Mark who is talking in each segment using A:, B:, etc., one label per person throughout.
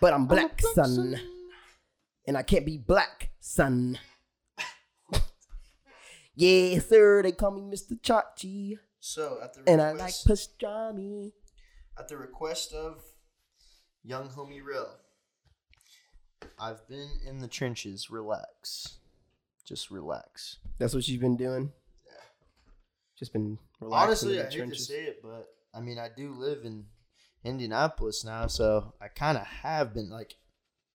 A: But I'm black, son. And I can't be black, son. yeah, sir, they call me Mr. Chachi.
B: So at the
A: And I like
B: request,
A: pastrami.
B: at the request of young homie Rill, I've been in the trenches. Relax, just relax.
A: That's what you've been doing?
B: Yeah.
A: Just been relaxing
B: Honestly,
A: in
B: I
A: the
B: hate
A: trenches.
B: to say it, but I mean, I do live in Indianapolis now, so I kind of have been like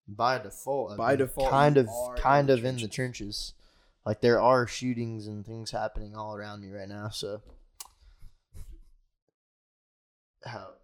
B: by default. I've
A: By
B: been
A: default,
B: kind
A: you
B: of,
A: are in
B: kind
A: the
B: of in the trenches. Like there are shootings and things happening all around me right now. So, how?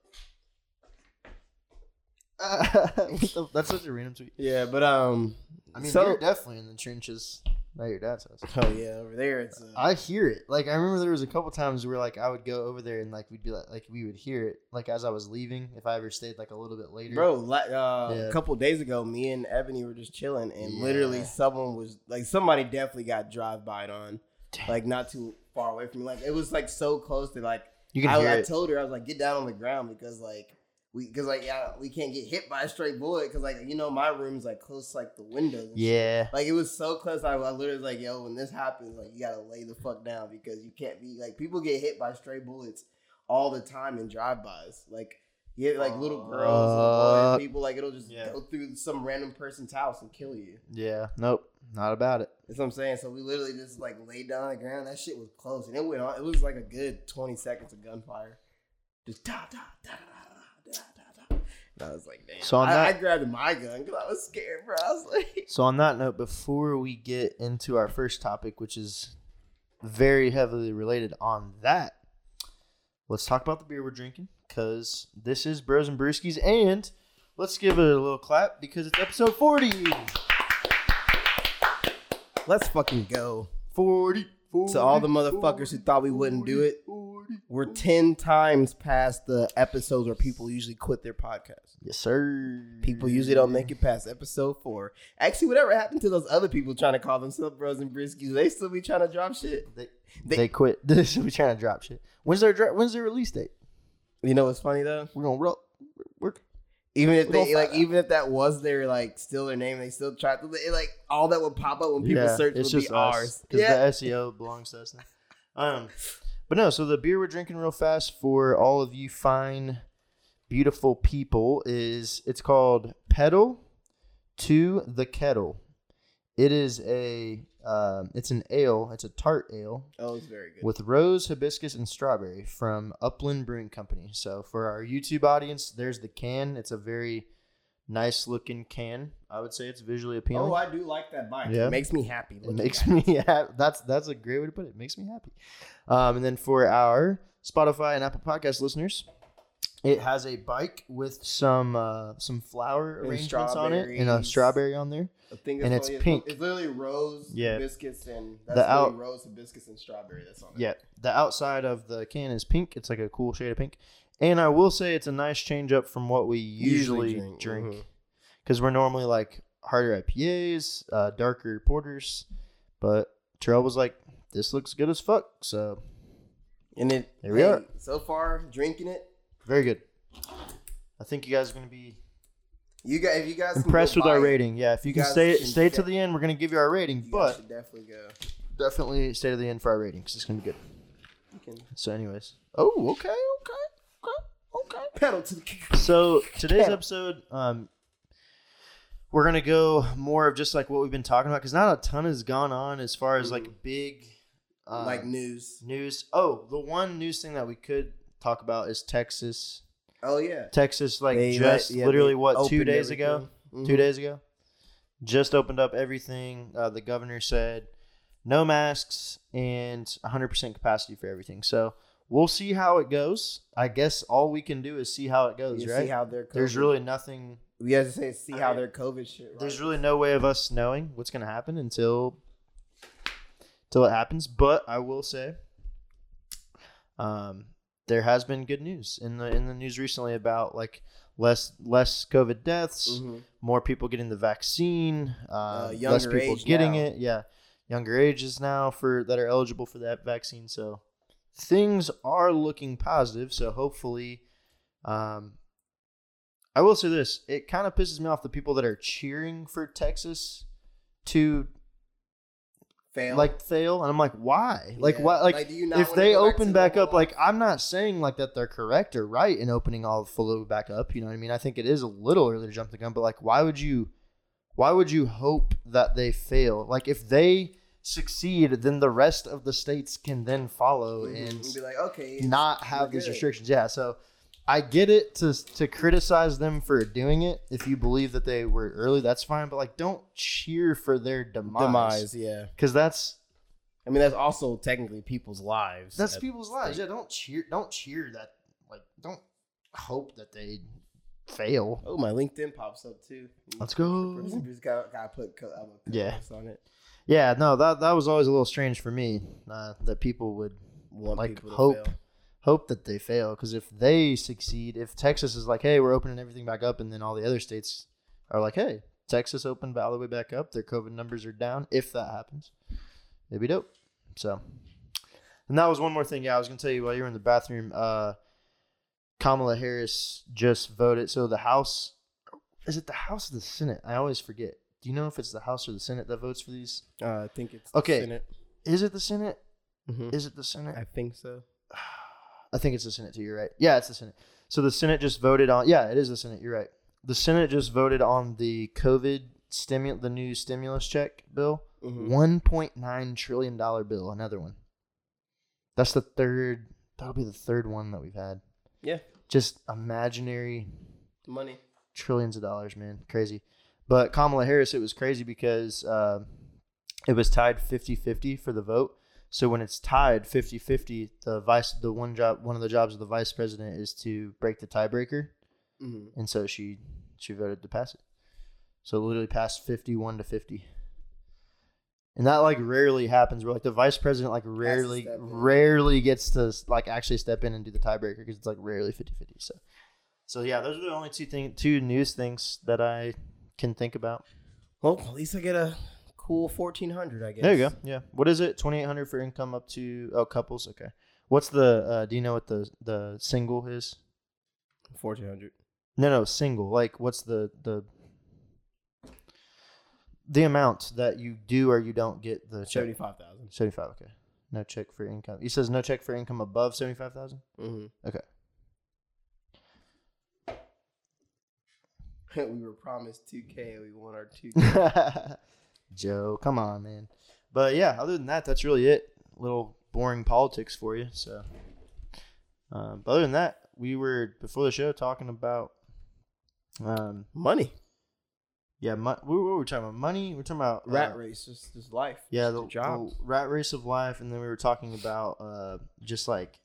B: What the- that's such a random tweet.
A: Yeah, but um,
B: I mean,
A: So-
B: you're definitely in the trenches. Not your dad's house.
A: oh yeah, over there it's. Uh,
B: I hear it. Like I remember there was a couple times where like I would go over there and like we'd be like like we would hear it like as I was leaving if I ever stayed like a little bit later.
A: Bro, la- uh,
B: Yeah.
A: a couple days ago, me and Ebony were just chilling, and literally
B: Yeah.
A: someone was like, somebody definitely got drive by on,
B: Dang.
A: like not too far away from me. Like it was like so close that like
B: you can hear
A: I, I
B: it.
A: told her I was like, get down on the ground because like we because like yeah we can't get hit by a straight bullet because like you know my room's like close to, like the windows. and shit.
B: yeah.
A: Like it was so close, I, I literally was like, "Yo, when this happens, like you gotta lay the fuck down because you can't be like people get hit by stray bullets all the time in drive-bys. Like yeah, like little girls, little boys,
B: Fuck.
A: people like it'll just
B: Yeah.
A: go through some random person's house and kill you.
B: Yeah. Nope. Not about it.
A: That's what I'm saying. So we literally just like laid down on the ground. That shit was close, and it went on. It was like a good 20 seconds of gunfire. Just da da da da da da da. da. And I was like, damn.
B: So on
A: I,
B: that-
A: I grabbed my gun because I was scared, bro. I was like,
B: So on that note, before we get into our first topic, which is very heavily related on that, let's talk about the beer we're drinking because this is Bros and Brewskis, and let's give it a little clap because it's episode forty.
A: let's fucking go.
B: 40,
A: To all the motherfuckers who thought we wouldn't do it, we're 10 times past the episodes where people usually quit their podcast.
B: Yes, sir.
A: People usually don't make it past episode four. Actually, whatever happened to those other people trying to call themselves bros and briskies? They still be trying to drop shit.
B: They,
A: They-
B: they, quit. This we trying to drop shit. When's their dra- when's their release date?
A: You know what's funny though?
B: We're gonna roll. We're,
A: Even if
B: We gonna
A: they like,
B: find out.
A: even if that was their like still their name, they still tried to. It, like all that would pop up when people search would be ours.
B: because
A: Yeah.
B: the SEO belongs to us now. Um, but no. So the beer we're drinking real fast for all of you fine, beautiful people is it's called Pedal to the Kettle. It is a um, it's an ale. It's a tart ale.
A: Oh, it's very good.
B: with rose, hibiscus, and strawberry from Upland Brewing Company. So for our YouTube audience, there's the can. It's a very nice looking can. I would say it's visually appealing.
A: oh, I do like that bike.
B: Yeah.
A: It makes me happy.
B: it makes me happy. That's that's a great way to put it. It makes me happy. Um, and then for our Spotify and Apple Podcast listeners, it has a bike with some uh, some flower
A: And
B: arrangements on it and a
A: strawberries.
B: strawberry on there.
A: The thing
B: And
A: that's
B: it's
A: funny is-
B: pink.
A: It's literally rose,
B: Yeah.
A: hibiscus, and that's
B: The
A: literally
B: out-
A: rose, hibiscus, and strawberry. That's on it.
B: Yeah, the outside of the can is pink. It's like a cool shade of pink. And I will say it's a nice change up from what we usually, drink
A: mm-hmm.
B: because we're normally like harder IPAs, uh, darker porters. But Terrell was like, "This looks good as fuck." So
A: And it
B: There we are.
A: So far, drinking it.
B: very good. I think you guys are gonna be
A: You guys, if you guys can go
B: impressed with
A: buy
B: our
A: it,
B: rating. Yeah, if you,
A: You
B: can
A: guys
B: stay
A: can
B: stay to
A: check.
B: the end, we're gonna give you our rating.
A: you guys
B: but
A: should definitely go.
B: definitely stay to the end for our rating because it's gonna be good.
A: You can
B: So, anyways, oh okay, okay, okay, okay.
A: pedal to the kick.
B: So today's
A: Yeah.
B: episode, um, we're gonna go more of just like what we've been talking about because not a ton has gone on as far as like big, uh,
A: Mm-hmm. like news.
B: news. Oh, the one news thing that we could talk about is Texas.
A: Oh yeah.
B: Texas, like
A: They let-
B: just
A: yeah, they
B: literally what two
A: opened
B: days ago,
A: everything. Mhm.
B: two days ago, just opened up everything. Uh, the governor said no masks and 100% capacity for everything. So we'll see how it goes. I guess all we can do is see how it goes,
A: You
B: right?
A: see how their COVID,
B: There's really nothing.
A: we have to say see how
B: Alright.
A: their COVID shit. Right?
B: There's really no way of us knowing what's going to happen until until it happens. But I will say, um, there has been good news in the in the news recently about like less less COVID deaths,
A: Mhm.
B: more people getting the vaccine, uh,
A: Uh,
B: less
A: younger
B: people
A: age
B: getting
A: now.
B: it. Yeah, younger ages now for that are eligible for that vaccine. So things are looking positive. So hopefully, um, I will say this: it kind of pisses me off the people that are cheering for Texas to
A: Fail.
B: like fail, and I'm like, why? Like
A: Yeah.
B: why? Like,
A: do you
B: if
A: wanna
B: they
A: go back
B: open
A: to
B: back up,
A: normal?
B: like I'm not saying like that they're correct or right in opening all of Flu back up. You know what I mean? I think it is a little early to jump the gun, but like, why would you? Why would you hope that they fail? Like, if they succeed, then the rest of the states can then follow
A: Mhm.
B: and
A: be like, okay, it's-
B: mm-hmm. not have
A: we're
B: these
A: good.
B: restrictions. Yeah, so I get it to to criticize them for doing it. If you believe that they were early, that's fine. But like, don't cheer for their demise
C: Demise, yeah.
B: because that's
C: I mean, that's also technically people's lives.
B: that's
C: at
B: people's
C: stake.
B: lives. Yeah, don't cheer. Don't cheer that. Like, don't hope that they fail.
A: Oh, my LinkedIn pops up too. Mm-hmm.
B: Let's go.
A: Just gotta, gotta put co- I'm a
B: Yeah.
A: co-host on it.
B: Yeah, no, that that was always a little strange for me uh, that people would
C: Want
B: like
C: people to
B: hope
C: fail.
B: hope that they fail because if they succeed, if Texas is like, hey, we're opening everything back up, and then all the other states are like, hey, Texas opened all the way back up, their COVID numbers are down. If that happens, it'd be dope. So, and that was one more thing. Yeah, I was gonna tell you while you were in the bathroom. Uh, Kamala Harris just voted. So the House, is it the House or the Senate? I always forget. Do you know if it's the House or the Senate that votes for these?
C: Uh, I think it's
B: Okay. Mm-hmm.
C: The Senate.
B: Is it the Senate?
C: Mhm.
B: Is it the Senate?
C: I think so.
B: I think it's the Senate too. You're right. Yeah, it's the Senate. So the Senate just voted on. Yeah, it is the Senate. You're right. The Senate just voted on the COVID stimulus, the new stimulus check bill,
A: Mhm.
B: point nine trillion dollar bill. Another one. That's the third. That'll be the third one that we've had.
A: Yeah.
B: Just imaginary
A: Money.
B: trillions of dollars, man. Crazy. But Kamala Harris, it was crazy because uh, it was tied 50 50 for the vote. So when it's tied 50 50, the vice, the one job, one of the jobs of the vice president is to break the tiebreaker.
A: hmm
B: And so she, she voted to pass it. So it literally passed 51 to 50. And that like rarely happens where like the vice president like rarely,
A: step in.
B: rarely gets to like actually step in and do the tiebreaker because it's like rarely 50 50. So so yeah, those are the only two thing two news things that I can think about.
A: Well, at least I get a cool fourteen hundred. I guess.
B: There you go. Yeah. What is it? Twenty eight hundred for income up to oh couples. Okay. What's the uh, do you know what the the single is?
A: Fourteen hundred.
B: No, no, single. Like what's the the the amount that you do or you don't get the check?
A: Seventy-five thousand.
B: Seventy five. Okay. No check for income. He says no check for income above seventy five thousand.
A: Mm-hmm.
B: Okay.
A: we were promised two K. and We won our two K.
B: Joe, come on, man. But yeah, other than that, that's really it. Little boring politics for you. So, um, but other than that, we were before the show talking about, um,
A: Money.
B: yeah, mo- what were we talking about? Money. We're talking about uh,
A: Rat race. Just, just life.
B: Yeah,
A: Just
B: the,
A: a job.
B: the rat race of life, and then we were talking about uh, just like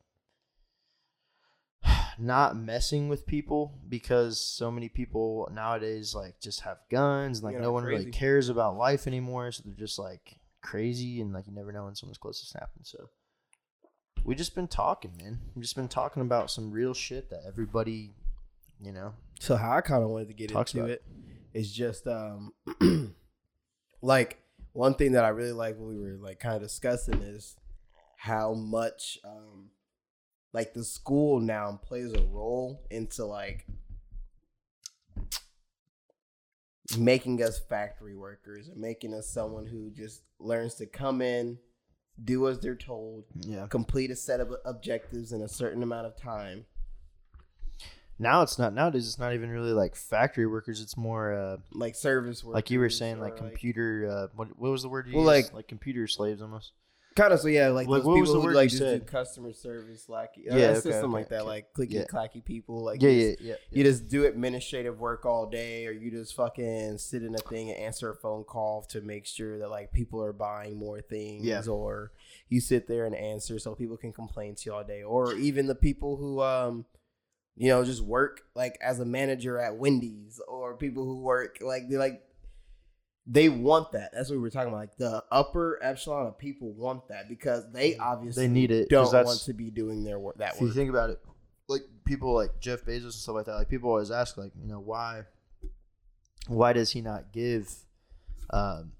B: not messing with people because so many people nowadays like just have guns and like
A: Yeah,
B: no one really
A: crazy.
B: cares about life anymore, so they're just like crazy and like you never know when someone's close to snapping. So we just been talking, man. We've just been talking about some real shit that everybody, you know,
A: So how I kind of wanted to get
B: Talks
A: into
B: about
A: it is just um, like one thing that I really like when we were like kind of discussing is how much um, like the school now plays a role into like making us factory workers and making us someone who just learns to come in, do as they're told,
B: yeah.
A: complete a set of objectives in a certain amount of time.
B: Now it's not nowadays. It's not even really like factory workers. It's more. uh
A: Like service work,
B: like you were saying, like computer. Uh, what, what was the word you
A: Well,
B: used?
A: like-
B: computer slaves, almost.
A: Kind of, so yeah, like,
B: Like,
A: those
B: what was
A: people
B: the
A: who
B: word
A: like
B: you
A: just
B: said?
A: do customer service, lackey,
B: Yeah,
A: yeah, it's
B: okay,
A: just something
B: okay,
A: like that,
B: okay.
A: like clicky
B: Yeah.
A: clacky people, like
B: yeah,
A: you
B: yeah,
A: just,
B: yeah,
A: you just do administrative work all day, or you just fucking sit in a thing and answer a phone call to make sure that like people are buying more things,
B: Yeah.
A: or you sit there and answer so people can complain to you all day, or even the people who um. You know, just work like as a manager at Wendy's, or people who work like they like they want that. That's what we were talking about. Like the upper echelon of people want that because they obviously
B: They need it. 'cause
A: don't
B: that's,
A: want to be doing their work that
B: if you
A: work.
B: think about it, like people like Jeff Bezos and stuff like that, like people always ask, like, you know, why, why does he not give, um,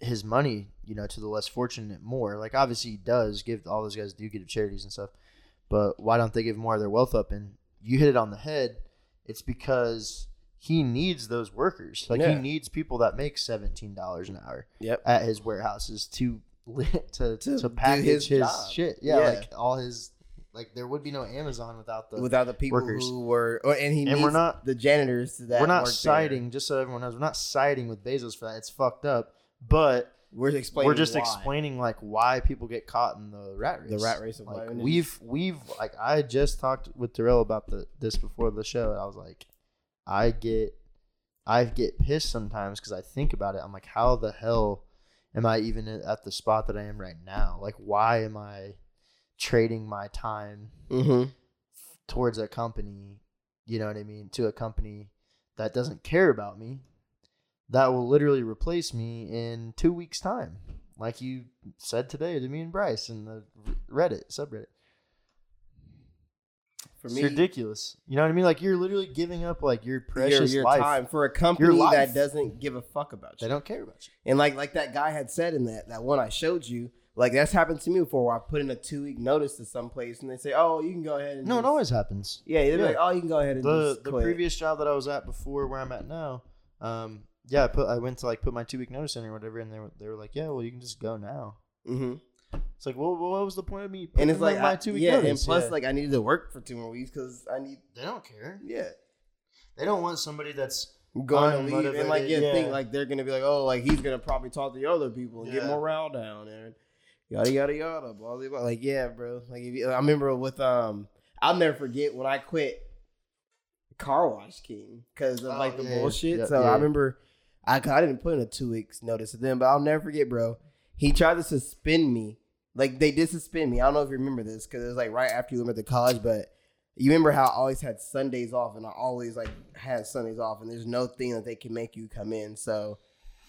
B: his money, you know, to the less fortunate more? Like, obviously he does give. All those guys do give to charities and stuff, but why don't they give more of their wealth up? And you hit it on the head. It's because he needs those workers. Like he
A: Yeah.
B: needs people that make seventeen dollars an hour
A: Yep.
B: at his warehouses to li- to to,
A: To
B: to
A: do
B: package his,
A: his job.
B: shit. Yeah,
A: Yeah.
B: like all his like there would be no Amazon without the.
A: Without the people
B: workers.
A: who were, or, and he
B: and
A: needs
B: we're not
A: the janitors to that.
B: we're not
A: work there.
B: siding just so everyone knows we're not siding with Bezos for that. It's fucked up, but
A: We're explaining.
B: we're just
A: why.
B: explaining like why people get caught in the rat race.
A: the rat race of
B: Like
A: life.
B: we've we've like I just talked with Terrell about the this before the show. And I was like, I get I get pissed sometimes because I think about it. I'm like, how the hell am I even at the spot that I am right now? Like, why am I trading my time
A: Mm-hmm.
B: towards a company? You know what I mean? To a company that doesn't care about me, that will literally replace me in two weeks' time, like you said today to me and Bryce in the Reddit subreddit
A: For
B: it's ridiculous. You know what I mean? Like you're literally giving up like your precious
A: your, your
B: life.
A: time for a company
B: Your life.
A: that doesn't give a fuck about
B: They
A: you.
B: don't care about you.
A: And like like that guy had said in that that one I showed you, like that's happened to me before. Where I put in a two week notice to some place, and they say, "Oh, you can go ahead." and
B: No, it
A: just-
B: always happens.
A: Yeah, they're
B: Yeah.
A: like, "Oh, you can go ahead and
B: The
A: just
B: the
A: quit."
B: previous job that I was at before where I'm at now, um, yeah, I put I went to like put my two week notice in or whatever, and they were they were like, yeah, well you can just go now.
A: hmm
B: It's like, well, well, what was the point of me?
A: And
B: putting
A: it's
B: in
A: like,
B: my
A: I-
B: two week
A: yeah.
B: notice?
A: And plus,
B: Yeah.
A: like I needed to work for two more weeks because I need,
B: they don't care.
A: yeah,
B: They don't want somebody that's
A: going to leave.
B: Unmotivated,
A: And like, yeah, think
B: yeah.
A: like they're gonna be like, "Oh, like he's gonna probably talk to the other people and get
B: Yeah.
A: morale down and yada yada yada." Blah, blah, blah. Like, yeah, bro. Like, if you, I remember with um, I'll never forget when I quit Car Wash King because of
B: Oh,
A: like the
B: yeah,
A: bullshit.
B: yeah,
A: so
B: yeah.
A: I remember I 'cause I didn't put in a two weeks notice to them, but I'll never forget, bro. He tried to suspend me. Like they did suspend me. I don't know if you remember this because it was like right after you went to college, but you remember how I always had Sundays off, and I always like had Sundays off, and there's no thing that they can make you come in. So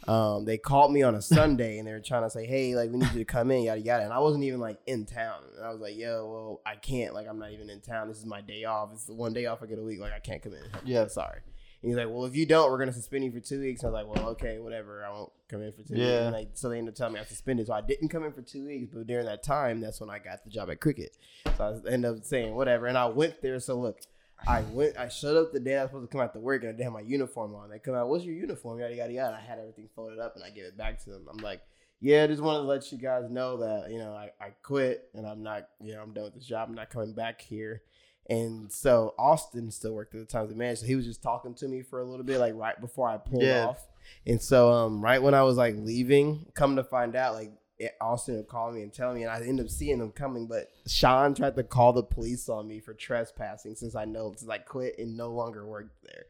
A: um, they called me on a Sunday, and they were trying to say, "Hey, like we need you to come in, yada yada." And I wasn't even like in town, and I was like, "Yo, well, I can't. Like I'm not even in town. This is my day off. It's the one day off I get a week. Like I can't come in.
B: Yeah.
A: I'm sorry." And he's like, "Well, if you don't, we're gonna suspend you for two weeks." And I was like, "Well, okay, whatever. I won't come in for two
B: Yeah.
A: weeks." And like, so they ended up telling me I was suspended. So I didn't come in for two weeks, but during that time, that's when I got the job at Cricket. So I ended up saying whatever, and I went there. So look, I went, I showed up the day I was supposed to come out to work, and I didn't have my uniform on. They come out, "What's your uniform?" Yada yada yada. I had everything folded up, and I gave it back to them. I'm like, "Yeah, I just wanted to let you guys know that you know I, I quit, and I'm not, you know, I'm done with this job. I'm not coming back here." And so Austin still worked at the Times of Man, so he was just talking to me for a little bit, like right before I pulled
B: Yeah.
A: off. And so, um, right when I was like leaving, come to find out, like it, Austin would call me and tell me, and I end up seeing him coming. But Sean tried to call the police on me for trespassing since I know since I quit and no longer worked there.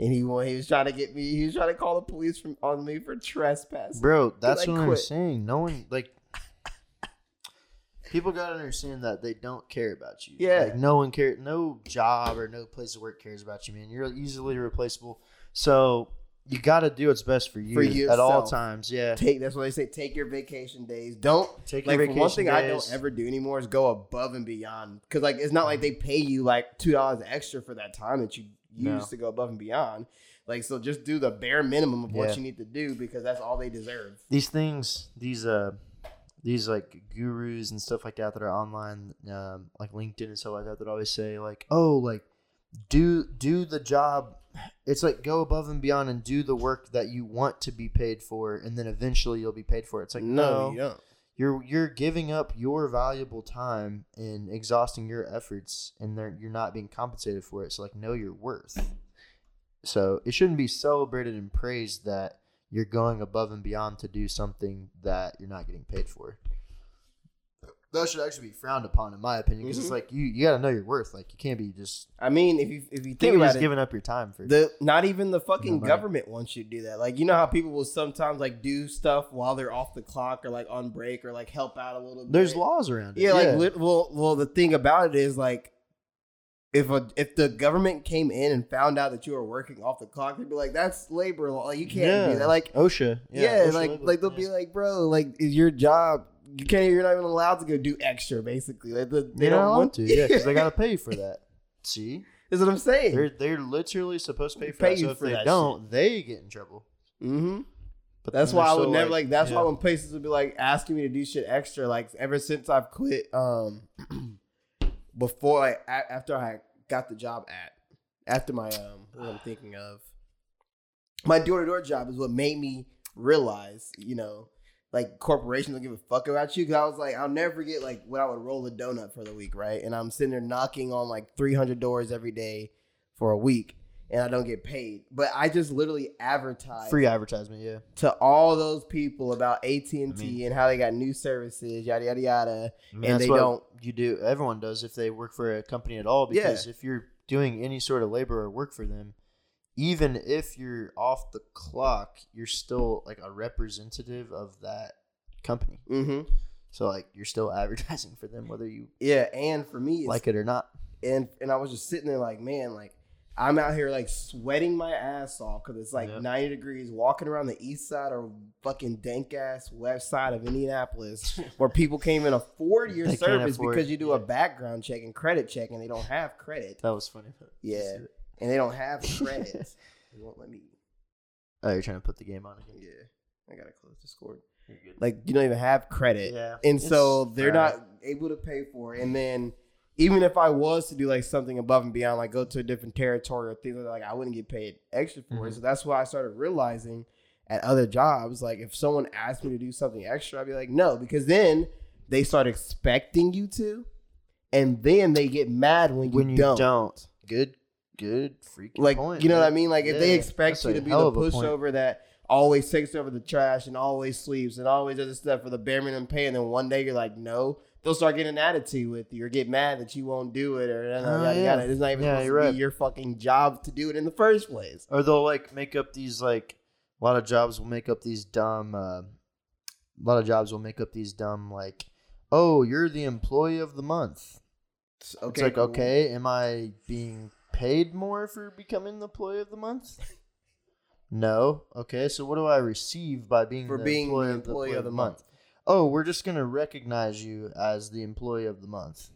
A: And he wa- he was trying to get me. He was trying to call the police from on me for trespassing.
B: Bro, that's
A: like,
B: what I'm
A: quit.
B: saying. No one like people gotta understand that they don't care about you.
A: Yeah.
B: like, no one care. No job or no place of work cares about you, man. You're easily replaceable. So you gotta do what's best for you
A: For
B: at all
A: yourself.
B: times. Yeah,
A: Take that's what they say. Take your vacation days. Don't
B: take
A: like
B: your
A: for
B: vacation
A: one thing I don't
B: days.
A: ever do anymore is go above and beyond because like it's not like they pay you like two dollars extra for that time that you use
B: No.
A: to go above and beyond. Like so, just do the bare minimum of
B: Yeah.
A: what you need to do because that's all they deserve.
B: these things these uh these like gurus and stuff like that that are online um, like linkedin and stuff like that that always say like oh like do do the job it's like go above and beyond and do the work that you want to be paid for and then eventually you'll be paid for it it's like no,
A: you don't.
B: you're you're giving up your valuable time and exhausting your efforts and they're, you're not being compensated for it so like know your worth so it shouldn't be celebrated and praised that you're going above and beyond to do something that you're not getting paid for that should actually be frowned upon in my opinion because it's
A: Mhm.
B: like you you got to know your worth like you can't be just
A: I mean, if you if
B: you
A: you
B: can't
A: think
B: be
A: about
B: just
A: it,
B: giving up your time for
A: the not even the fucking
B: Nobody.
A: government wants you to do that. Like you know how people will sometimes like do stuff while they're off the clock or like on break or like help out a little. bit.
B: there's laws around it
A: Yeah, like lit- well, well, the thing about it is like if a if the government came in and found out that you were working off the clock, they'd be like, "That's labor law. You can't do that." Like,
B: OSHA.
A: yeah,
B: OSHA
A: like
B: label,
A: like they'll be
B: yeah.
A: like, "Bro, like is your job? You can't. You're not even allowed to go do extra. Basically, like the, they
B: They're not
A: don't
B: allowed
A: want
B: to, yeah, because they gotta pay for that. See,
A: Is what I'm saying.
B: they're they're literally supposed to pay for
A: Pay
B: that. So
A: you
B: if
A: for
B: they
A: that
B: don't, they get in trouble.
A: mm-hmm.
B: But
A: That's
B: then they're
A: why I would
B: still
A: never like. That's
B: yeah.
A: why when places would be like asking me to do shit extra, like ever since I've quit, um, before like a- after I got the job at, after my um, what I'm thinking of, my door to door job is what made me realize, you know, like corporations don't give a fuck about you. Because I was like, I'll never forget like when I would roll a donut for the week, right? And I'm sitting there knocking on like 300 doors every day for a week, and I don't get paid. But I just literally advertise
B: free advertisement. Yeah,
A: to all those people about AT and
B: I
A: T
B: mean-
A: and how they got new services, yada yada yada.
B: I mean,
A: And
B: that's
A: they
B: what
A: don't-
B: You do. Everyone does if they work for a company at all.
A: Yeah.
B: Because if you're doing any sort of labor or work for them, even if you're off the clock, you're still like a representative of that company.
A: Mm-hmm.
B: So like you're still advertising for them, whether you
A: Yeah, and for me, it's,
B: like
A: like,
B: it or not.
A: and and I was just sitting there like, man, like I'm out here like sweating my ass off because it's like
B: Yep.
A: 90 degrees, walking around the east side or fucking dank ass west side of Indianapolis, where people can't even afford your
B: They can't
A: service
B: afford-
A: because you do a
B: yeah.
A: background check and credit check, and they don't have credit,
B: That was funny.
A: Yeah. and they don't have credit. they won't let me.
B: Oh, you're trying to put the game on again.
A: Yeah, I gotta close Discord.
B: You're good.
A: Like you don't even have credit.
B: yeah.
A: and
B: It's
A: so they're
B: alright.
A: not able to pay for it. And then even if I was to do like something above and beyond, like go to a different territory or things like that, I wouldn't get paid extra for it.
B: Mhm.
A: So that's why I started realizing at other jobs, like if someone asked me to do something extra, I'd be like, no, because then they start expecting you to, and then they get mad when you,
B: when you
A: don't.
B: don't. Good, good freaking
A: Like
B: point.
A: you know what I
B: man.
A: mean? Like if they
B: Yeah,
A: expect
B: that's
A: you
B: a
A: to be
B: hell
A: the
B: of a point.
A: pushover that always takes over the trash and always sleeps and always does this stuff for the bare minimum pay, and then one day you're like, no, they'll start getting an attitude with you or get mad that you won't do it or
B: Oh,
A: yada,
B: yeah.
A: yada. It's not even
B: Yeah,
A: supposed to
B: you're right.
A: be your fucking job to do it in the first place.
B: or they'll like make up these like a lot of jobs will make up these dumb uh, a lot of jobs will make up these dumb like oh you're the employee of the month
A: It's, okay,
B: it's like
A: cool.
B: okay am i being paid more for becoming the employee of the month no okay so what do i receive by being
A: for
B: the
A: being
B: employee,
A: the employee of the month.
B: oh we're just going to recognize you as the employee of the month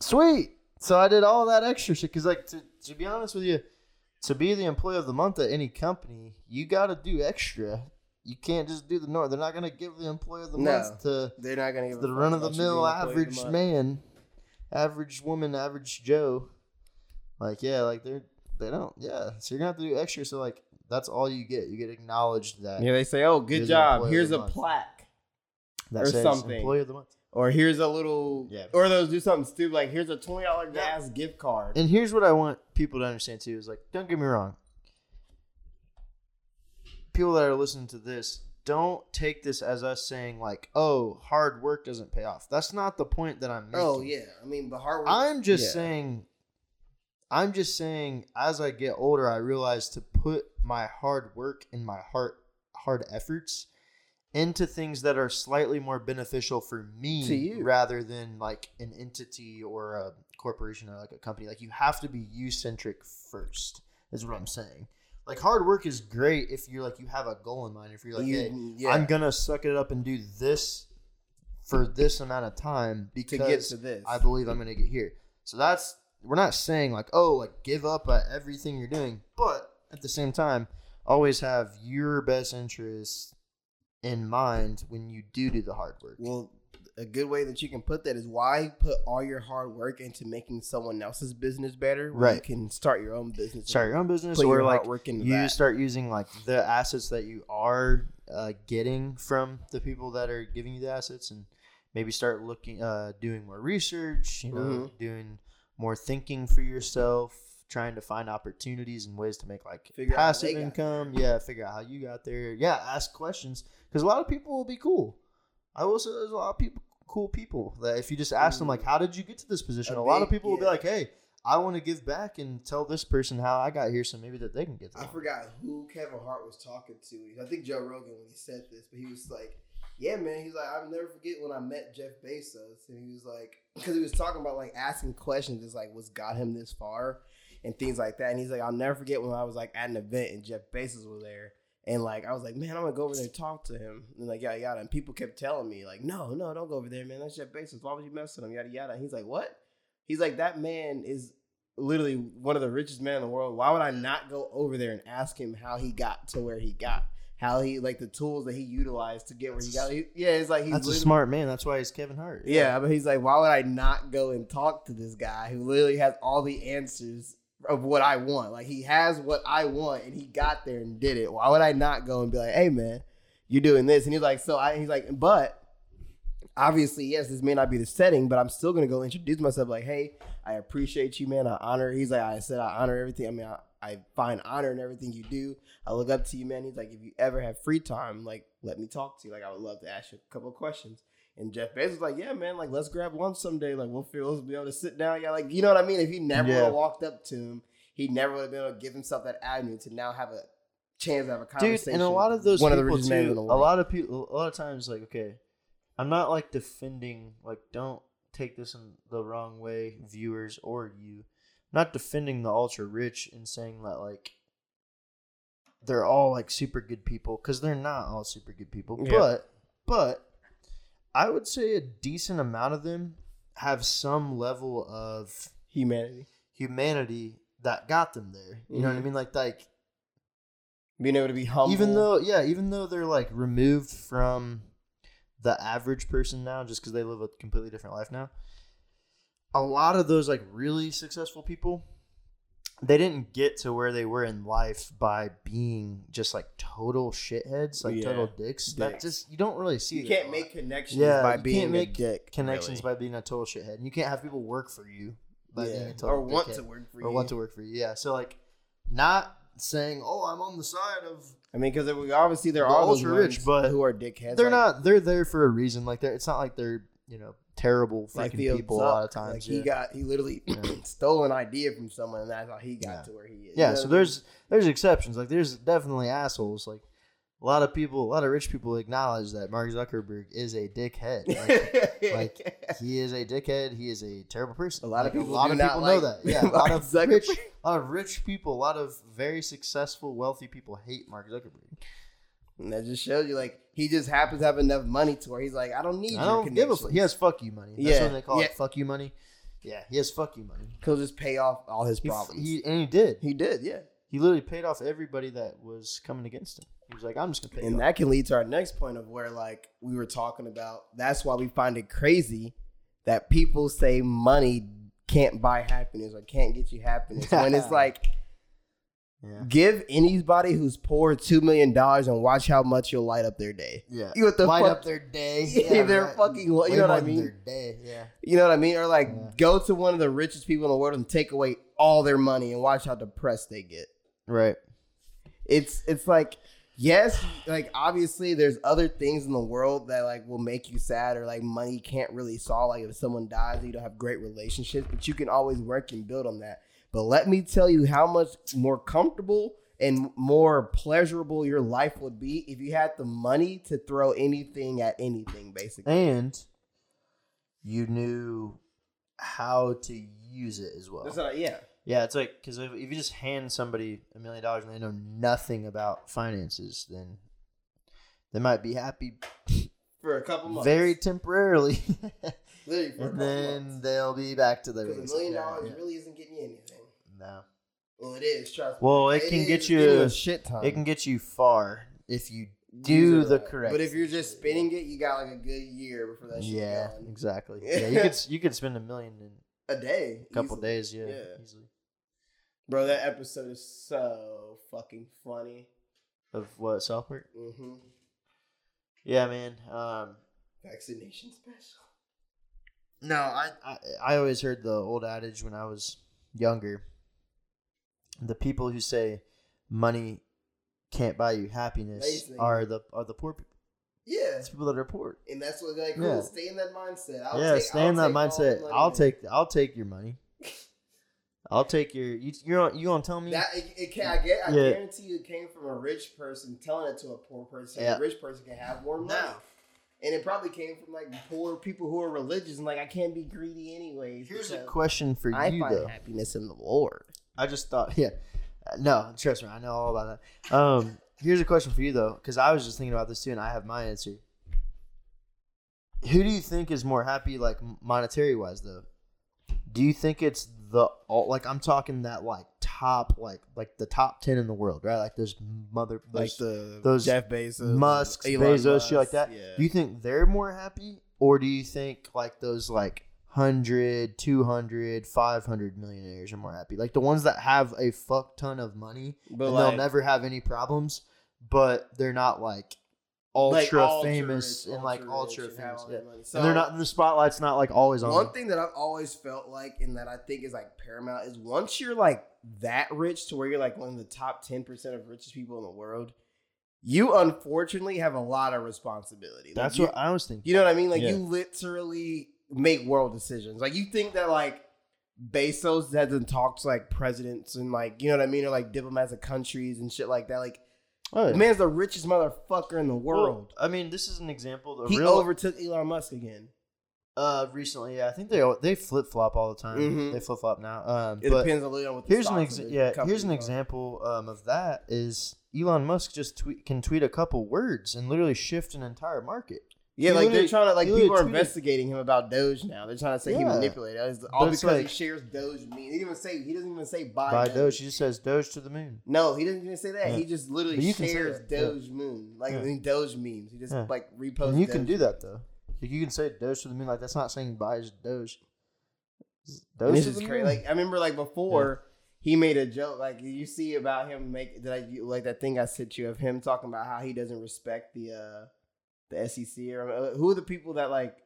B: sweet so i did all that extra shit because like to, to be honest with you to be the employee of the month at any company you got to do extra you can't just do the norm they're not going to give the employee of the
A: No.
B: month to
A: They're not gonna give
B: the run-of-the-mill average man average woman average joe like yeah like they're they don't yeah so you're gonna have to do extra so like that's all you get you get acknowledged that
A: Yeah, they say, oh,
B: You're
A: good
B: the employee
A: job.
B: of
A: Here's
B: the
A: a
B: month.
A: plaque.
B: that
A: or
B: says
A: something.
B: Employee of the month.
A: Or here's a little,
B: Yeah.
A: or they'll do something stupid like here's a twenty dollar gas gift card.
B: And here's what I want people to understand too: is like, don't get me wrong. People that are listening to this, don't take this as us saying like, "Oh, hard work doesn't pay off." That's not the point that I'm making.
A: Oh yeah, I mean, but hard work.
B: I'm just
A: Yeah.
B: saying. I'm just saying. As I get older, I realize to put my hard work and my heart, hard efforts, into things that are slightly more beneficial for me,
A: To you.
B: rather than like an entity or a corporation or like a company. Like you have to be you centric first. Is what I'm saying. Like hard work is great if you're like you have a goal in mind. If you're like,
A: You-
B: hey,
A: yeah,
B: I'm gonna suck it up and do this for this amount of time
A: to
B: because
A: get to this.
B: I believe I'm going to get here. So that's we're not saying like oh like give up at everything you're doing, but at the same time always have your best interests in mind when you do do the hard work.
A: well, a good way that you can put that is why put all your hard work into making someone else's business better. when You
B: Right.
A: can start your own business.
B: Start your own business
A: Put
B: or
A: your
B: like
A: hard work into
B: you
A: that.
B: start using like the assets that you are uh, getting from the people that are giving you the assets and maybe start looking uh, doing more research you know
A: Mhm.
B: doing more thinking for yourself trying to find opportunities and ways to make like
A: Figure out how
B: passive
A: they got
B: income yeah figure out how you got there yeah ask questions because a lot of people will be cool i will say there's a lot of people cool people that if you just ask them like how did you get to this position a,
A: Mm. A
B: lot of
A: big-
B: people will be
A: yeah.
B: like hey I want to give back and tell this person how I got here, so maybe that they can get.
A: I
B: there.
A: forgot who Kevin Hart was talking to. I think Joe Rogan when he said this, but he was like, Yeah, man. He's like, I'll never forget when I met Jeff Bezos, and he was like, because he was talking about like asking questions, it's like, what's got him this far, and things like that. And he's like, I'll never forget when I was like at an event and Jeff Bezos was there, and like I was like, man, I'm gonna go over there and talk to him, and like yada yada. And people kept telling me like, no, no, don't go over there, man. That's Jeff Bezos. Why would you mess with him? Yada yada. And he's like, what? He's like, that man is literally one of the richest men in the world. Why would I not go over there and ask him how he got to where he got? How he like the tools that he utilized to get where he got? He- yeah, it's like he's
B: That's a
A: literally-
B: smart man. That's why he's Kevin Hart.
A: yeah, but he's like, why would I not go and talk to this guy who literally has all the answers of what I want? Like he has what I want, and he got there and did it. Why would I not go and be like, hey man, you're doing this? And he's like, so I. He's like, but obviously, yes, this may not be the setting, but I'm still gonna go introduce myself. Like, hey, I appreciate you, man. I honor. He's like, I said, I honor everything. I mean, I, I find honor in everything you do. I look up to you, man. He's like, if you ever have free time, like, let me talk to you. Like, I would love to ask you a couple of questions. And Jeff Bezos was like, yeah, man, like, let's grab lunch someday. Like, we'll feel, we'll be able to sit down. Yeah, like, you know what I mean? If he never
B: Yeah.
A: would have walked up to him, he never would have been able to give himself that avenue to now have a chance to have a
B: dude.
A: conversation.
B: And a lot of
A: with
B: those
A: one of
B: people
A: the richest
B: too.
A: men in the
B: a
A: world.
B: lot of people. A lot of times, like okay, I'm not like defending. Like, don't take this in the wrong way, viewers or you. not defending the ultra rich and saying that like they're all like super good people because they're not all super good people.
C: Yeah.
B: But but I would say a decent amount of them have some level of
A: humanity.
B: humanity that got them there. You know what I
A: Mhm.
B: mean? Like like
A: Being able to be humble.
B: even though yeah even though they're like removed from the average person now just because they live a completely different life now a lot of those like really successful people they didn't get to where they were in life by being just like total shitheads like
A: Yeah.
B: total dicks. that
A: Dicks.
B: just you don't really see
A: you
B: that
A: can't
B: a
A: make
B: lot.
A: connections
B: Yeah,
A: by
B: you
A: being
B: can't make
A: a dick.
B: connections
A: really.
B: by being a total shithead and you can't have people work for you by
A: Yeah.
B: being a total
A: or want
B: dickhead.
A: to work for
B: or
A: you.
B: want to work for you yeah so like not saying oh i'm on the side of
A: I mean, because we obviously there
B: The
A: are those
B: ultra rich,
A: ones
B: but
A: who are dickheads.
B: they're
A: like-
B: not they're there for a reason like they're, it's not like they're you know terrible freaking
A: like Theo
B: people a lot of
A: Zuck,
B: times
A: Like
B: yeah,
A: he got he literally
B: Yeah.
A: stole an idea from someone, and that's how he got
B: Yeah.
A: to where he is.
B: Yeah,
A: You know
B: so
A: what I mean?
B: there's there's exceptions like there's definitely assholes like a lot of people a lot of rich people acknowledge that mark zuckerberg is a dickhead like, like, he is a dickhead he is a terrible person
A: a lot
B: Like,
A: of
B: a
A: people.
B: lot
A: do
B: of
A: not
B: people know
A: like
B: that yeah a lot of
A: Mark Zuckerberg.
B: rich a lot of rich people a lot of very successful wealthy people hate mark zuckerberg
A: And that just shows you, like, he just happens to have enough money to where he's like, I don't need.
B: i
A: your
B: don't give a fuck
A: connections.
B: he has fuck you money that's
A: Yeah,
B: what they call
A: yeah.
B: it fuck you money yeah he has fuck you money
A: He'll just pay off all his
B: He f-
A: problems.
B: he and he did
A: he did, yeah.
B: He literally paid off everybody that was coming against him. He was like, "I'm just gonna pay." you
A: And
B: off.
A: that can lead to our next point of where, like, we were talking about. That's why we find it crazy that people say money can't buy happiness or can't get you happiness. when it's like,
B: yeah,
A: give anybody who's poor $2 million and watch how much you'll light up their day.
B: yeah.
A: You know what the
B: light
A: fuck?
B: up their day.
A: Yeah, they're
B: right.
A: fucking lo- you
B: Way
A: know what
B: more
A: I
B: than
A: mean?
B: Their day. Yeah.
A: You know what I mean? Or like
B: Yeah.
A: go to one of the richest people in the world and take away all their money and watch how depressed they get.
B: Right.
A: It's it's like yes, like obviously there's other things in the world that like will make you sad or like money can't really solve. Like if someone dies, you don't have great relationships, but you can always work and build on that. But let me tell you how much more comfortable and more pleasurable your life would be if you had the money to throw anything at anything, basically.
B: And you knew how to use it as well.
A: That's not- yeah.
B: yeah, it's like because if, if you just hand somebody a million dollars and they know nothing about finances, then they might be happy
A: For a couple months.
B: very temporarily,
A: Literally for a
B: and
A: couple months.
B: then they'll be back to their ways.
A: Because a million
B: Yeah,
A: dollars
B: yeah.
A: really isn't getting you anything.
B: No.
A: Well, it is. Trust me.
B: Well, it can
A: is
B: get
A: getting
B: you.
A: a shit ton.
B: It can get you far if you do
A: Use it
B: the
A: right.
B: correct.
A: But if you're just spinning it, you got like a good year before that shit
B: yeah,
A: gone.
B: exactly. Yeah, you could s- you could spend a million in
A: A day.
B: a couple
A: easily.
B: days. Yeah,
A: Yeah.
B: easily.
A: Bro, that episode is so fucking funny.
B: Of what South Park?
A: Mm-hmm.
B: Yeah, man. Um,
A: Vaccination special.
B: no, I, I I always heard the old adage when I was younger. The people who say money can't buy you happiness
A: Amazing.
B: are the are the poor people.
A: Yeah.
B: It's people that are poor.
A: And that's what, like,
B: Yeah.
A: cool. Stay in that mindset. I'll
B: yeah,
A: take,
B: stay
A: I'll
B: in that
A: take all the
B: mindset.
A: money,
B: I'll
A: man.
B: take I'll take your money. I'll take your you you don't- you gonna tell me
A: That it, it can, I, get, I
B: Yeah.
A: guarantee you it came from a rich person telling it to a poor person.
B: Yeah.
A: A rich person can have more money.
B: No.
A: and it probably came from like poor people who are religious and like I can't be greedy anyways.
B: Here's a
A: because
B: question for
A: I
B: you
A: find
B: though.
A: happiness in the Lord.
B: I just thought, yeah, Uh, no, trust me, I know all about that. Um, here's a question for you though, because I was just thinking about this too, and I have my answer. Who do you think is more happy, like monetary wise, though? Do you think it's the all, like I'm talking that like top, like like the top ten in the world, right? Like those mother,
C: Like
B: those-
C: the
B: those
C: Jeff Bezos,
B: Musk's,
C: Elon
B: Bezos, shit like
C: Musk,
B: that.
C: Yeah.
B: Do you think they're more happy, or do you think like those like 100, 200, 500 millionaires are more happy? Like the ones that have a fuck ton of money
C: but
B: and
C: like,
B: they'll never have any problems, but they're not like
A: Like,
B: ultra
A: ultra
B: famous
A: rich,
B: and like
A: ultra
B: ultra
A: rich and have
B: famous.
A: all
B: Yeah.
A: that money.
B: and
A: So-
B: they're not the spotlight's not like always on.
A: One
B: them.
A: thing that I've always felt like, and that I think is like paramount, is once you're like that rich to where you're like one of the top 10% of richest people in the world, you unfortunately have a lot of responsibility. Like,
B: That's
A: you,
B: what I was thinking.
A: you know what I mean? Like
B: Yeah.
A: you literally make world decisions. Like you think that like Bezos hasn't talked to like presidents and like, you know what I mean? Or like diplomats of countries and shit like that. Like,
B: Oh,
A: the
B: yeah.
A: man's the richest motherfucker in the world.
B: I mean, this is an example. Of a
A: he
B: real
A: overtook Elon Musk again.
B: uh, recently. Yeah, I think they they flip flop all the time.
A: Mhm.
B: They flip flop now. Um,
A: It
B: but
A: depends on on what the
B: here's an
A: stocks
B: exa-
A: of the
B: yeah
A: company
B: here's an
A: are.
B: example um, of that is Elon Musk just tweet, can tweet a couple words and literally shift an entire market.
A: Yeah,
B: He
A: like they're
B: literally-
A: trying to like
B: he literally
A: people are
B: tweeted-
A: investigating him about Doge now. They're trying to say he
B: Yeah.
A: manipulated us
B: But
A: all because
B: it's
A: he
B: like-
A: shares Doge. Mean he didn't even say he doesn't even say buy,
B: By
A: Doge.
B: Doge, he just says Doge to the moon.
A: No, he doesn't even say that.
B: Yeah.
A: He just literally
B: But you can say
A: shares
B: that, yeah.
A: Doge Moon, like
B: Yeah.
A: I mean, Doge memes. He just
B: Yeah.
A: like reposts.
B: And you can
A: Doge.
B: do that though. Like, you can say Doge to the moon. Like that's not saying buy is Doge. It's
A: And
B: Doge
A: This
B: to
A: is
B: the
A: crazy.
B: moon.
A: Like I remember, like before, he made a joke. Like you see about him make that I you- like that thing I sent you of him talking about how he doesn't respect the uh the SEC or uh, who are the people that like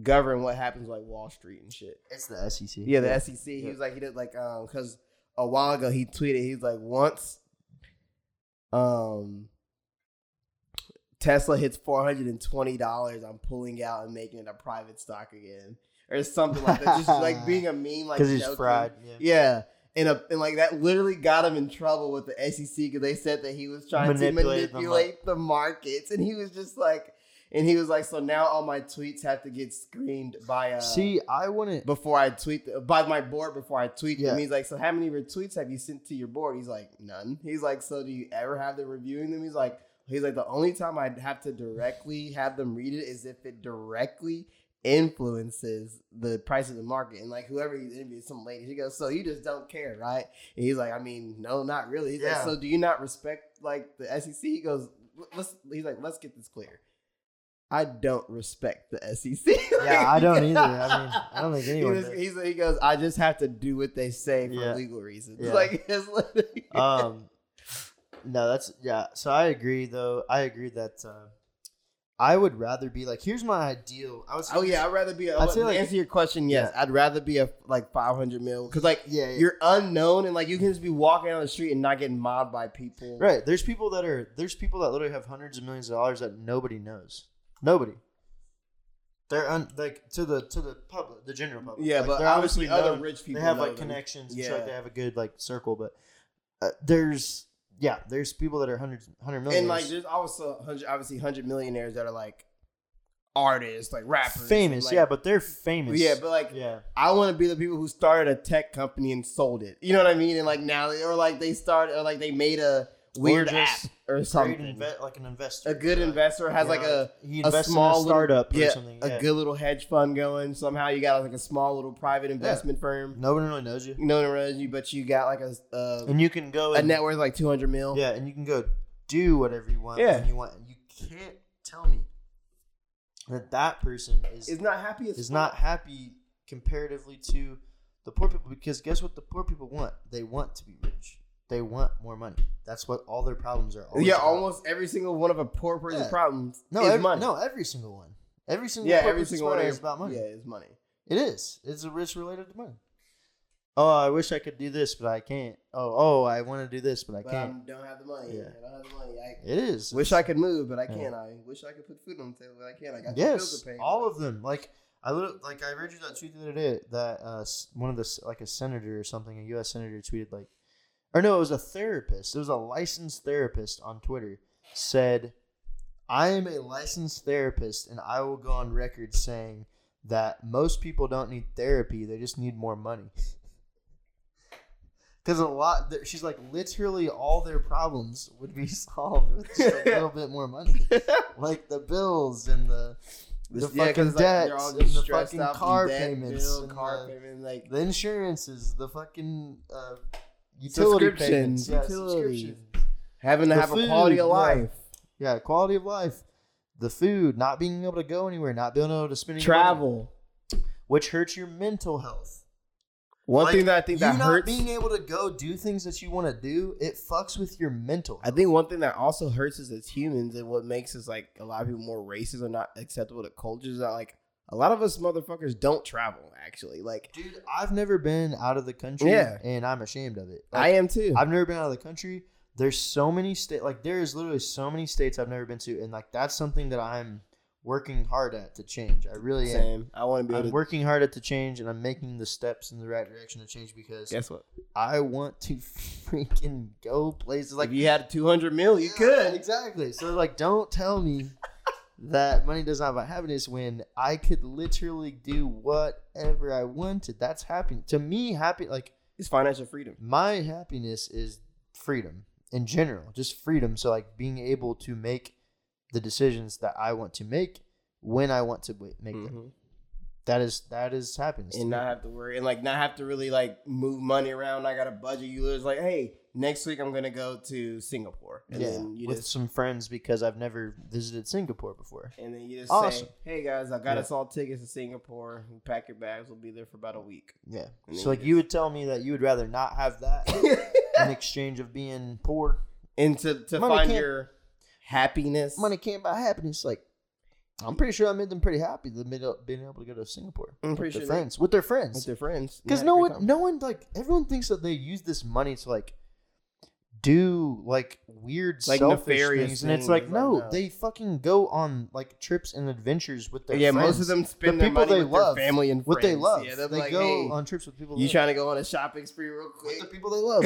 A: govern what happens like Wall Street and shit.
B: it's the SEC.
A: Yeah, the E SEC. He
B: Yeah.
A: was like, he did like, um, because a while ago he tweeted, he's like, once, um, Tesla hits four hundred and twenty dollars, I'm pulling out and making it a private stock again, or something like that. Just like being a meme, like
B: because he's
A: joking.
B: fried. Yeah.
A: Yeah. And, a, and like that literally got him in trouble with the SEC because they said that he was trying
B: Manipulated
A: to
B: the
A: manipulate the, markets, and he was just like, and he was like, so now all my tweets have to get screened by uh, a
B: See, I wouldn't.
A: before I tweet by my board before I tweet
B: Yeah.
A: them. He's like, so how many retweets have you sent to your board? He's like, none. He's like, so do you ever have them reviewing them? He's like, he's like, the only time I'd have to directly have them read it is if it directly influences the price of the market. And like whoever he's interviewing, some lady, she goes, so you just don't care, right? And he's like, I mean, no, not really. He's like,
B: Yeah.
A: so do you not respect like the SEC? He goes, let's. He's like, let's get this clear. I don't respect the SEC.
B: Yeah, I don't either. I mean, I don't think
A: He
B: anyone.
A: was-
B: does.
A: he's- he goes, I just have to do what they say for
B: Yeah.
A: legal reasons.
B: Yeah.
A: Like, it's literally-
B: um no that's yeah so i agree though i agree that uh, i would rather be like here's my ideal i was
A: oh yeah, I'd rather be. A,
B: I'd say,
A: to
B: like-
A: answer your question, yes, I'd rather be a like 500 mil because like
B: yeah, yeah.
A: you're unknown and like you can just be walking down the street and not getting mobbed by people.
B: right there's people that are there's people that literally have hundreds of millions of dollars that nobody knows nobody they're un, like to the to the public the general public
A: Yeah,
B: Like,
A: but
B: they're
A: obviously other
B: known.
A: rich people
B: they have
A: know
B: like
A: them.
B: connections and shit, like
A: Yeah.
B: they have a good like circle but uh, there's yeah there's people that are hundreds hundred million
A: And like there's also 100, obviously 100 millionaires that are like artists, like rappers, and,
B: famous
A: like-
B: yeah but they're famous
A: yeah, but like
B: yeah
A: I want to be the people who started a tech company and sold it. You know what I mean? And like now, or like they started, or like they made a weird app
B: just
A: or
B: great
A: something.
B: inve- like an investor.
A: A good
B: Like,
A: investor has
B: you
A: like
B: know,
A: a
B: he
A: a
B: invests
A: small
B: in a
A: little-
B: startup
A: yeah,
B: or something.
A: a
B: yeah.
A: good little hedge fund going. Somehow you got like a small little private investment firm.
B: no one really knows you,
A: You know what I mean? But you got like a uh,
B: and you can go
A: a
B: and
A: net worth of like two hundred mil.
B: yeah, and you can go do whatever you want.
A: Yeah.
B: when you want. You can't tell me that that person is
A: It's not happy. As
B: is
A: fuck.
B: not happy comparatively to the poor people because guess what the poor people want? They want to be rich. They want more money. That's what all their problems are. Always
A: Yeah,
B: about.
A: almost every single one of a poor person's
B: Yeah.
A: problems
B: No,
A: is
B: every,
A: money.
B: no, every single one. Every single
A: yeah,
B: poor
A: every
B: person's
A: single one
B: problem
A: of
B: is
A: your-
B: about money.
A: Yeah, it's money.
B: It is. It's a risk related to money. Oh, I wish I could do this, but I can't. Oh, oh, I want to do this, but I
A: But I
B: can't.
A: don't have the money.
B: Yeah.
A: I don't have the money. I,
B: It is.
A: Wish I could move, but I
B: Yeah.
A: can't. I wish I could put food on the table, but I can't. I got bills
B: yes,
A: to pay.
B: all of them. Like I lit- like I read you that tweet the other day that uh, s- one of the s- like a senator or something, a U.S. senator tweeted like, or no, it was a therapist. It was a licensed therapist on Twitter said, I am a licensed therapist, and I will go on record saying that most people don't need therapy; they just need more money. Because a lot, she's like, literally all their problems would be solved with just a little bit more money, like the bills and the the
A: This- yeah, 'cause
B: fucking
A: it's like, they're
B: debts
A: all
B: and
A: just
B: the
A: stressed
B: fucking
A: out from
B: car
A: debt,
B: payments,
A: bill,
B: and
A: car
B: the,
A: payment, like
B: the insurances, the fucking uh, utility payments,
A: Subscriptions.
B: yeah,
A: Utilities.
B: subscriptions.
A: having to
B: the
A: have
B: food,
A: a quality of
B: yeah.
A: life,
B: yeah, quality of life, the food, not being able to go anywhere, not being able to spend any money,
A: travel.
B: which hurts your mental health.
A: One
B: Like,
A: thing that I think
B: you
A: that
B: not
A: hurts.
B: being able to go do things that you want to do, it fucks with your mental.
A: I think one thing that also hurts us as humans and what makes us like a lot of people more racist or not acceptable to cultures is that like a lot of us motherfuckers don't travel actually. Like
B: Dude, I've never been out of the country,
A: Yeah.
B: and I'm ashamed of it.
A: I am too.
B: I've never been out of the country. There's so many state like there is literally so many states I've never been to, and like that's something that I'm working hard at to change. I really am.
A: Same. I want to be
B: I'm
A: able to.
B: working hard at the change, and I'm making the steps in the right direction to change because
A: Guess what?
B: I want to freaking go places like
A: Like if you had 200 mil, you could.
B: exactly. So like, don't tell me that money does not buy happiness when I could literally do whatever I wanted. That's happy to me. Happy like
A: It's financial freedom.
B: my happiness is freedom in general, just freedom. So like being able to make the decisions that I want to make when I want to w- make them.
A: Mhm.
B: That is that is happiness. to
A: And not
B: me.
A: have to worry and like not have to really like move money around. I got a budget. You lose like, hey, next week I'm gonna go to Singapore, and
B: yeah,
A: then you
B: with
A: just
B: some friends because I've never visited Singapore before.
A: and then you just
B: Awesome.
A: say, hey guys, I got
B: Yeah.
A: us all tickets to Singapore. Pack your bags. We'll be there for about a week.
B: Yeah.
A: And then
B: So like
A: you
B: you would tell me that you would rather not have that in exchange of being poor.
A: and to, to
B: Money
A: find
B: can't-
A: your happiness.
B: Money can't buy happiness. Like I'm pretty sure I made them pretty happy that made up- being able to go to Singapore.
A: I'm
B: with
A: Mm. pretty
B: their
A: sure they-
B: friends. with their
A: with
B: friends.
A: their friends
B: Because no one no one like everyone thinks that they use this money to like do like weird
A: Like
B: selfish
A: nefarious
B: things. And it's
A: things,
B: like,
A: like,
B: no,
A: no.
B: they fucking go on like trips and adventures with their
A: yeah,
B: friends.
A: most of them spend their
B: people
A: money
B: they
A: with
B: love,
A: their family and friends.
B: what they love.
A: Yeah,
B: they
A: they're like,
B: go
A: hey,
B: on trips with people they
A: you
B: love.
A: trying to go on a shopping spree real
B: with the
A: quick?
B: people they love.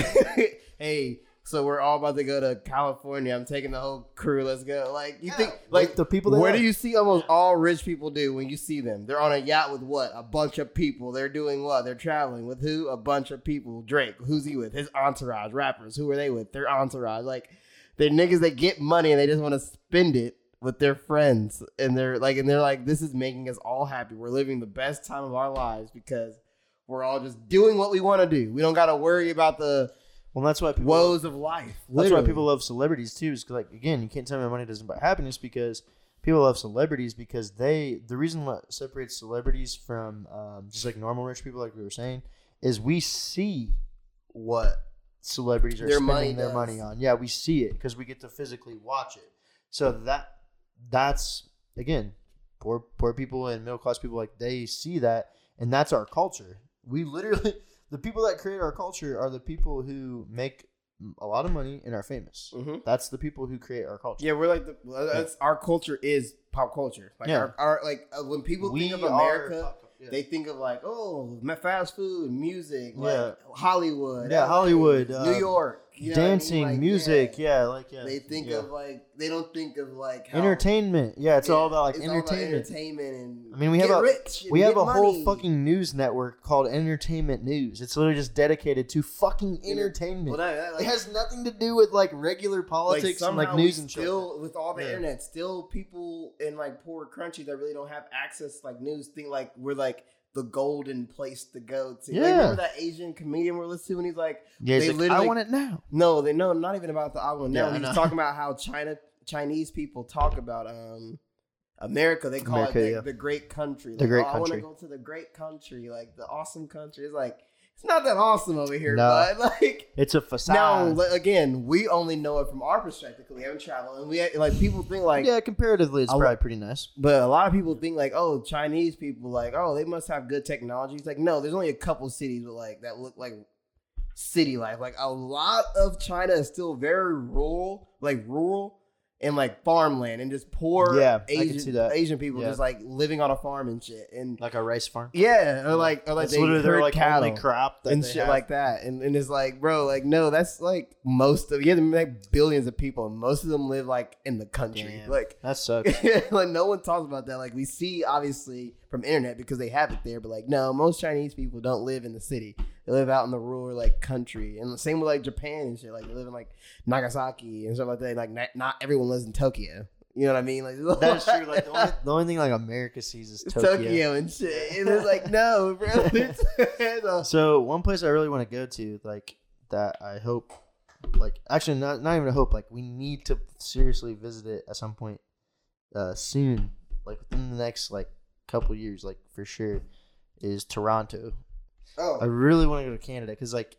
A: hey, so we're all about to go to California. I'm taking the whole crew. Let's go. Like you
B: Yeah,
A: think,
B: with
A: like
B: the people they
A: Where
B: love.
A: do you see almost all rich people do when you see them? They're on a yacht with what? A bunch of people. They're doing what? They're traveling with who? A bunch of people. Drake. Who's he with? His entourage. Rappers. Who are they with? Their entourage. Like they're niggas that get money and they just want to spend it with their friends. And they're like, and they're like, this is making us all happy. We're living the best time of our lives because we're all just doing what we want to do. We don't got to worry about the
B: Well, that's why people
A: woes of life.
B: That's
A: Literally.
B: why people love celebrities too. Is 'cause, like again, you can't tell me money doesn't buy happiness because people love celebrities because they the reason what separates celebrities from um, just like normal rich people, like we were saying, is we see what celebrities are
A: Their
B: spending
A: money
B: their
A: does.
B: money on. Yeah, we see it because we get to physically watch it. So that that's again poor poor people and middle class people like they see that and that's our culture. We literally the people that create our culture are the people who make a lot of money and are famous.
A: Mhm.
B: That's the people who create our culture.
A: Yeah, we're like the well, that's, our culture is pop culture. Like
B: Yeah.
A: our, our like uh, when people
B: We
A: think of
B: are-
A: America,
B: yeah.
A: they think of like oh, ma- fast food, music,
B: Yeah.
A: like Hollywood,
B: Yeah,
A: LA,
B: Hollywood, uh,
A: New York, you know what I mean?
B: dancing,
A: Like,
B: music,
A: yeah.
B: yeah. like yeah.
A: They think
B: yeah.
A: of like they don't think of like how-
B: entertainment. Yeah, it's all about like
A: it's all about
B: entertainment.
A: entertainment and
B: I mean, we
A: get
B: have a
A: rich and
B: we have
A: get
B: a whole
A: money.
B: fucking news network called Entertainment News. It's literally just dedicated to fucking entertainment.
A: Well, that- that,
B: it
A: like-
B: has nothing to do with like regular politics and like
A: somehow we
B: news and shit.
A: still with all the
B: Yeah.
A: internet still people in like poor countries that really don't have access like news think like we're like the golden place to go to like,
B: Yeah.
A: remember that asian comedian we're listening to and he's like
B: Yeah, it's
A: they
B: like, I
A: literally-
B: want it now.
A: no they no not even about the i will
B: Yeah,
A: now
B: I
A: he
B: know.
A: was talking about how china chinese people talk about um America, they call
B: America,
A: it the,
B: yeah.
A: the great country. Like,
B: The great
A: oh, I want to
B: country.
A: go to the great country, like the awesome country. It's like it's not that awesome over here,
B: No.
A: but like
B: It's a
A: now,
B: facade.
A: li- again, we only know it from our perspective because we haven't traveled, and we like people think like,
B: yeah, comparatively, it's
A: I'll-
B: probably pretty nice.
A: but a lot of people think like, oh, Chinese people like, oh, they must have good technology. It's like, no, there's only a couple cities with like that look like city life. Like a lot of China is still very rural, like rural, and like farmland and just poor
B: Yeah, I can
A: Asian,
B: see that.
A: Asian people
B: Yeah.
A: just like living on a farm and shit. And
B: like a rice farm.
A: yeah, or like or like
B: That's
A: they
B: literally their
A: herd
B: like "Oh,
A: cattle
B: only crop that
A: and
B: they
A: shit
B: have.
A: like that. And and it's like, bro, like no, that's like most of you have to make billions of people, and most of them live like in the country.
B: Damn.
A: Like
B: that sucks.
A: like no one talks about that. Like we see obviously from internet because they have it there, but like no, most Chinese people don't live in the city. They live out in the rural like country. And the same with like Japan and shit. Like they live in like Nagasaki and stuff like that. Like not, not everyone lives in Tokyo. You know what I mean? Like there's a
B: That is true.
A: lot-
B: Like the only, the only thing like America sees is
A: it's
B: Tokyo.
A: Tokyo. and shit. And it's like no, bro. It's, it's a-
B: So one place I really want to go to, like that, I hope, like actually not not even a hope. Like we need to seriously visit it at some point, uh, soon, like within the next like couple years, like for sure, is Toronto.
A: oh,
B: I really want to go to Canada because like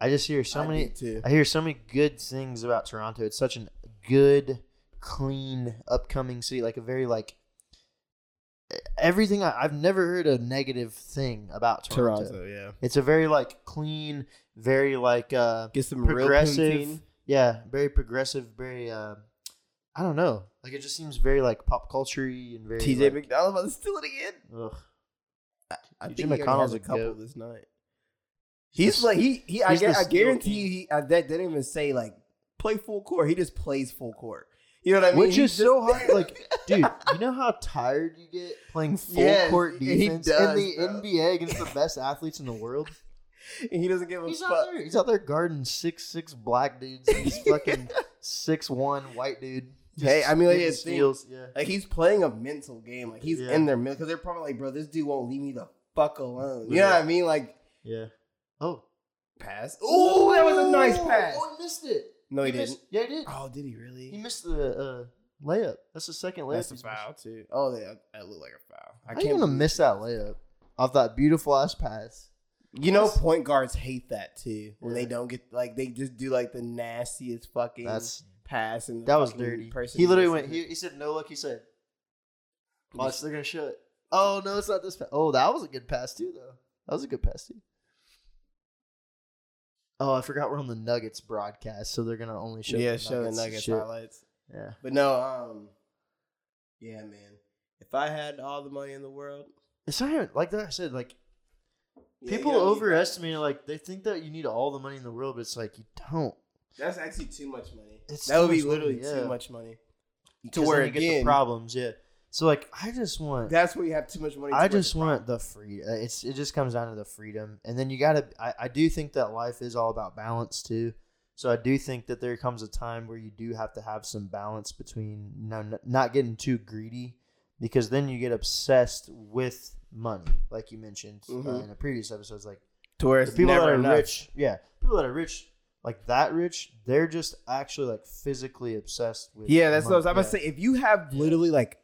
B: I just hear so
A: I
B: many.
A: do too.
B: I hear so many good things about Toronto. It's such a good, clean, upcoming city. Like a very like e, everything. I, I've never heard a negative thing about Toronto.
C: Toronto, yeah.
B: It's a very like clean, very like uh
C: Get some real
B: progressive.
C: poutine.
B: Yeah, very progressive. Very uh, I don't know. Like it just seems very like pop culture and very
A: TJ
B: like,
A: McDonald about to steal it again.
B: ugh.
A: I
B: Dude,
A: think
B: Jim
A: he already
B: McConnell's
A: has
B: a
A: a couple
B: goat.
A: this night. He's like he he. I,
B: he's
A: gu-
B: the
A: I
B: steel
A: guarantee
B: king.
A: you, he I, that didn't even say like play full court. He just plays full court. You know what I mean?
B: Which
A: He
B: is so hard. Like, dude, you know how tired you get playing full
A: Yes,
B: court
A: and he
B: defense
A: does,
B: in the
A: bro.
B: NBA against the best athletes in the world?
A: he doesn't give a
B: He's out
A: fuck.
B: there. He's out there guarding six six black dudes. And this fucking six one white dude. just
A: Hey, I mean, like,
B: getting
A: it's-
B: steals. Yeah.
A: Like he's playing a mental game. Like he's
B: Yeah.
A: in their middle because they're probably like, bro, this dude won't leave me the fuck alone. You know what I mean? Like
B: Yeah. Oh.
A: pass. Ooh, that was a nice
B: Ooh,
A: pass.
B: Oh, he missed it.
A: No, he,
B: missed-
A: didn't.
B: Yeah, he did.
A: Oh, did he
B: He
A: really?
B: missed the uh, layup. That's the second layup.
C: That's a
B: he's missed.
C: foul too.
A: Oh, that, that looked like a foul. I
B: How you
A: can't.
B: gonna
A: believe-
B: miss that layup off that beautiful ass pass?
A: You know, point guards hate that too when
B: Yeah.
A: they don't get like they just do like the nastiest fucking
B: That's
A: pass and the
B: That was
A: fucking
B: dirty.
A: person
B: He literally
A: misses
B: went.
A: it.
B: He, he said no look. He said, "Watch, they're gonna show it." Oh no, it's not this pass. Oh, that was a good pass too, though. That was a good pass too. Oh, I forgot we're on the Nuggets broadcast, so they're gonna only show.
A: yeah,
B: the
A: show the
B: and
A: Nuggets
B: shit.
A: highlights.
B: Yeah,
A: But no, um, yeah, man. If I had all the money in the world,
B: it's not even- like that. I said like
A: yeah,
B: people
A: you don't need
B: overestimate. Like they think that you need all the money in the world, but it's like you don't.
A: that. That's actually too much money.
B: It's
A: that
B: too
A: would be
B: much money,
A: literally
B: yeah.
A: too much money. To
B: because
A: where
B: then you get the
A: again-
B: problems. Yeah. So like, I just want.
A: That's where you have too much money.
B: I
A: too much
B: just want the free. uh, It's it just comes down to the freedom, and then you gotta. I, I do think that life is all about balance too. So I do think that there comes a time where you do have to have some balance between you know, not getting too greedy, because then you get obsessed with money, like you mentioned uh,
A: Mhm.
B: in the previous episodes. Like
A: to where
B: the
A: it's
B: people that
A: never
B: are
A: enough.
B: rich, yeah, people that are rich, like that rich, they're just actually like physically obsessed with.
A: Yeah, that's what I was
B: money.
A: about to
B: Yeah.
A: say. If you have literally like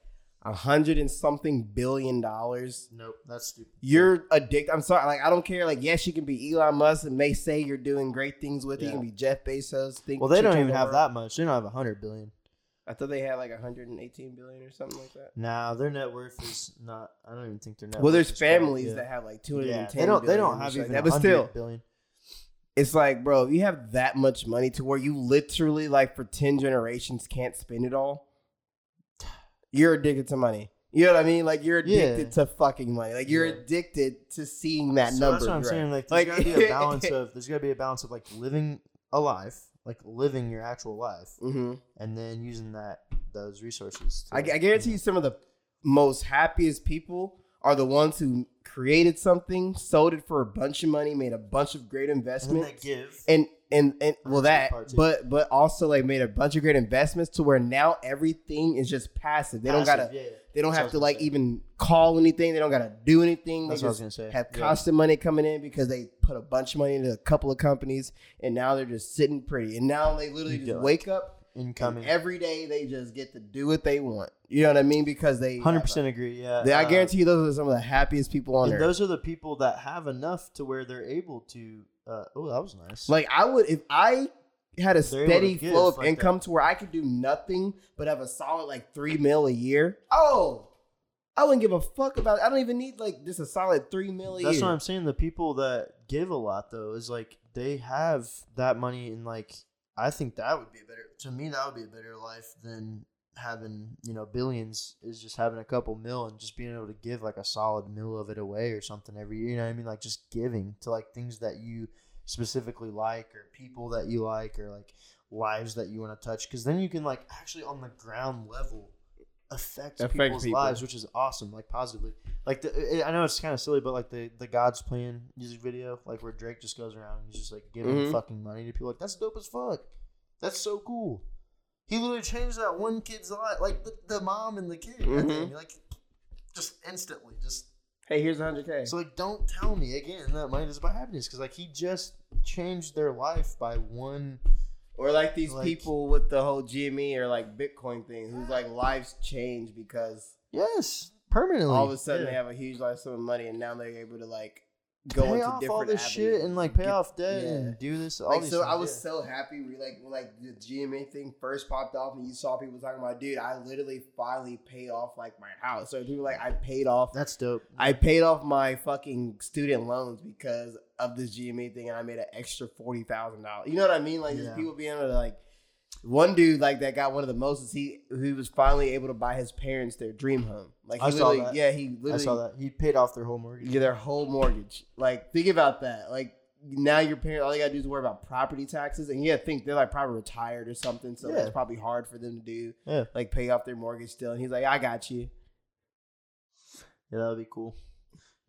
A: a hundred and something billion dollars
B: Nope, that's stupid.
A: you're addicted. I'm sorry. Like, I don't care. Like, yes, you can be Elon Musk and may say you're doing great things with it.
B: Yeah.
A: You can be Jeff Bezos. Think
B: Well, they
A: shit
B: don't
A: turns
B: even have
A: over.
B: that much. They don't have a hundred billion.
A: I thought they had like 118 billion or something like that.
B: Nah, their net worth is not. I don't even think their net.
A: well,
B: worth
A: there's
B: is probably-
A: families
B: yeah.
A: that have like
B: Yeah,
A: 210.
B: they don't. They don't
A: billion or
B: have
A: something
B: even.
A: like that. But still,
B: billion.
A: it's like, bro, if you have that much money to where you literally like for 10 generations can't spend it all, you're addicted to money. You know what I mean? Like you're
B: Yeah.
A: addicted to fucking money. Like you're
B: Yeah.
A: addicted to seeing that
B: So
A: number.
B: that's what I'm
A: grow.
B: saying. Like, there's
A: Like-
B: gotta be a balance of. There's gotta be a balance of like living a life, like living your actual life,
A: Mhm.
B: and then using that those resources. to-
A: I, I guarantee you, some of the most happiest people are the ones who created something, sold it for a bunch of money, made a bunch of great
B: And then they
A: investments,
B: give.
A: and and and well
B: That's
A: that,
B: the part too.
A: but but also like made a bunch of great investments to where now everything is just passive. They don't
B: Passive,
A: gotta,
B: yeah, yeah.
A: they don't
B: That's
A: have
B: what I
A: to
B: was
A: like
B: gonna say.
A: even call anything. They don't gotta do anything. They
B: That's what I was
A: just
B: gonna say.
A: have
B: Yeah.
A: constant money coming in because they put a bunch of money into a couple of companies, and now they're just sitting pretty. And now they literally
B: You
A: just
B: got-
A: wake up
B: incoming.
A: and every day they just get to do what they want. You know what I mean? Because they
B: Hundred percent agree. Yeah,
A: They, I
B: Uh,
A: guarantee you, those are some of the happiest people on
B: And
A: earth.
B: those are the people that have enough to where they're able to. Uh, oh, that was nice.
A: like I would, if I had a
B: They're able to
A: steady
B: give
A: flow of
B: like
A: income to where I could do nothing but have a solid like three mil a year. Oh, I wouldn't give a fuck about. I don't even need like just a solid three mil a
B: That's
A: year.
B: what I'm saying. The people that give a lot though is like they have that money in like I think that would be a better to me. That would be a better life than having you know billions. Is just having a couple mil and just being able to give like a solid mil of it away or something every year. You know what I mean? Like just giving to like things that you specifically like or people that you like or like lives that you want to touch. Because then you can like actually on the ground level affect,
C: Affect
B: people's
C: people.
B: lives, which is awesome. Like positively. Like the, I know it's kind of silly, but like the the God's Plan music video, like where Drake just goes around and he's just like giving
A: Mm-hmm.
C: Mhm.
B: fucking money to people. Like that's dope as fuck. That's so cool. He literally changed that one kid's life, like the, the mom and the kid, I
A: Mm-hmm.
C: Mhm.
B: think, like just instantly. Just
A: Hey, here's 100k.
B: so like, don't tell me again that money doesn't buy happiness because like he just changed their life by one.
A: Or like these
B: Like-
A: people with the whole GME or like Bitcoin thing, whose like lives change because
B: Yes, permanently.
A: all of a sudden
B: Yeah.
A: they have a huge life sum of money and now they're able to like
B: pay
A: go into
B: off
A: different
B: all this
A: avenues.
B: shit and like pay
A: Get-
B: off debt
A: yeah.
B: and do this. All
A: Like
B: these
A: so, I
B: things,
A: was
B: yeah.
A: so happy. We like when like the GMA thing first popped off, and you saw people talking about, dude, I literally finally paid off like my house. So people were like, I paid off.
B: That's dope.
A: I paid off my fucking student loans because of this GMA thing, and I made an extra forty thousand dollars. You know what I mean? Like just
B: Yeah.
A: people being able to like. One dude like that got one of the most. is He he was finally able to buy his parents their dream home. Like he
B: I saw
A: literally,
B: that.
A: yeah, he
B: I
A: literally
B: saw that he paid off their whole mortgage.
A: yeah, their whole mortgage. Like, think about that. Like, now your parents, all you gotta do is worry about property taxes, and yeah, think they're like probably retired or something, so
B: Yeah.
A: it's probably hard for them to do.
B: Yeah.
A: Like, pay off their mortgage still, and he's like, "I got you."
B: Yeah, that would be cool.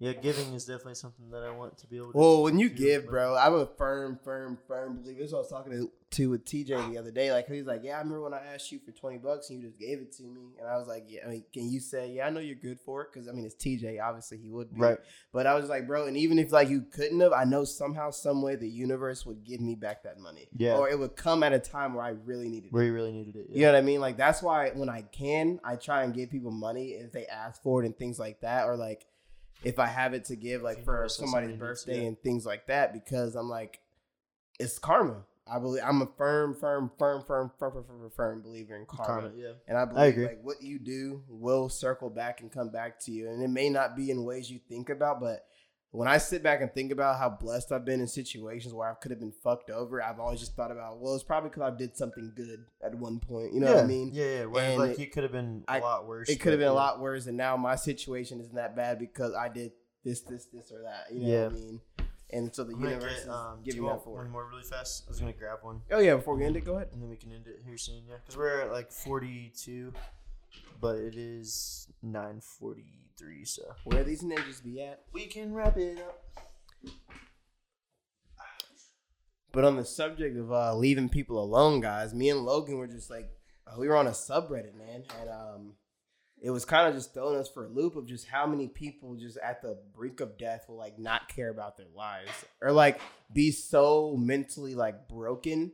B: Yeah, giving is definitely something that I want to be able to.
A: Well, when you
B: do,
A: give,
B: but-
A: bro, I'm a firm, firm, firm believer. This is what I was talking to, to with TJ the other day. Like, he's like, "Yeah, I remember when I asked you for twenty bucks and you just gave it to me," and I was like, "Yeah, I mean, can you say, yeah, I know you're good for it?" Because I mean, it's TJ. Obviously, he would be.
B: right.
A: But I was like, bro, and even if like you couldn't have, I know somehow, some way, the universe would give me back that money.
B: Yeah.
A: Or it would come at a time where I really needed it.
B: Where you really needed it.
A: You know what I mean? Like that's why when I can, I try and give people money if they ask for it and things like that, or like if I have it to give, like for
B: Universe, that's
A: somebody's
B: something needs,
A: birthday
B: yeah.
A: and things like that, because I'm like, it's karma. I believe I'm a firm, firm, firm, firm, firm, firm, firm, firm believer in karma.
B: Karma, yeah.
A: And I believe
B: agree.
A: like what you do will circle back and come back to you. And it may not be in ways you think about, but when I sit back and think about how blessed I've been in situations where I could have been fucked over, I've always just thought about, well, it's probably because I did something good at one point. You know
B: yeah.
A: what I mean?
B: Yeah, yeah. Where
A: And
B: like
A: it-
B: it, could have been a
A: I-
B: lot worse.
A: It could have
B: but
A: been a
B: yeah.
A: lot worse, and now my situation isn't that bad because I did this, this, this, or that. You know
B: Yeah.
A: what I mean? And so the
B: I'm gonna
A: universe
B: get,
A: is
B: um, do
A: giving
B: you
A: that
B: want
A: for.
B: One
A: it.
B: more really fast. I was gonna grab one,
A: Oh yeah, before we end it, go ahead.
B: and then we can end it here soon. Yeah, because we're at like forty-two, but it is nine forty-three. So
A: Where these ninjas be at?
B: we can wrap it up.
A: But on the subject of uh, leaving people alone, guys, me and Logan were just like, uh, we were on a subreddit, man, and um, it was kind of just throwing us for a loop of just how many people just at the brink of death will like not care about their lives or like be so mentally like broken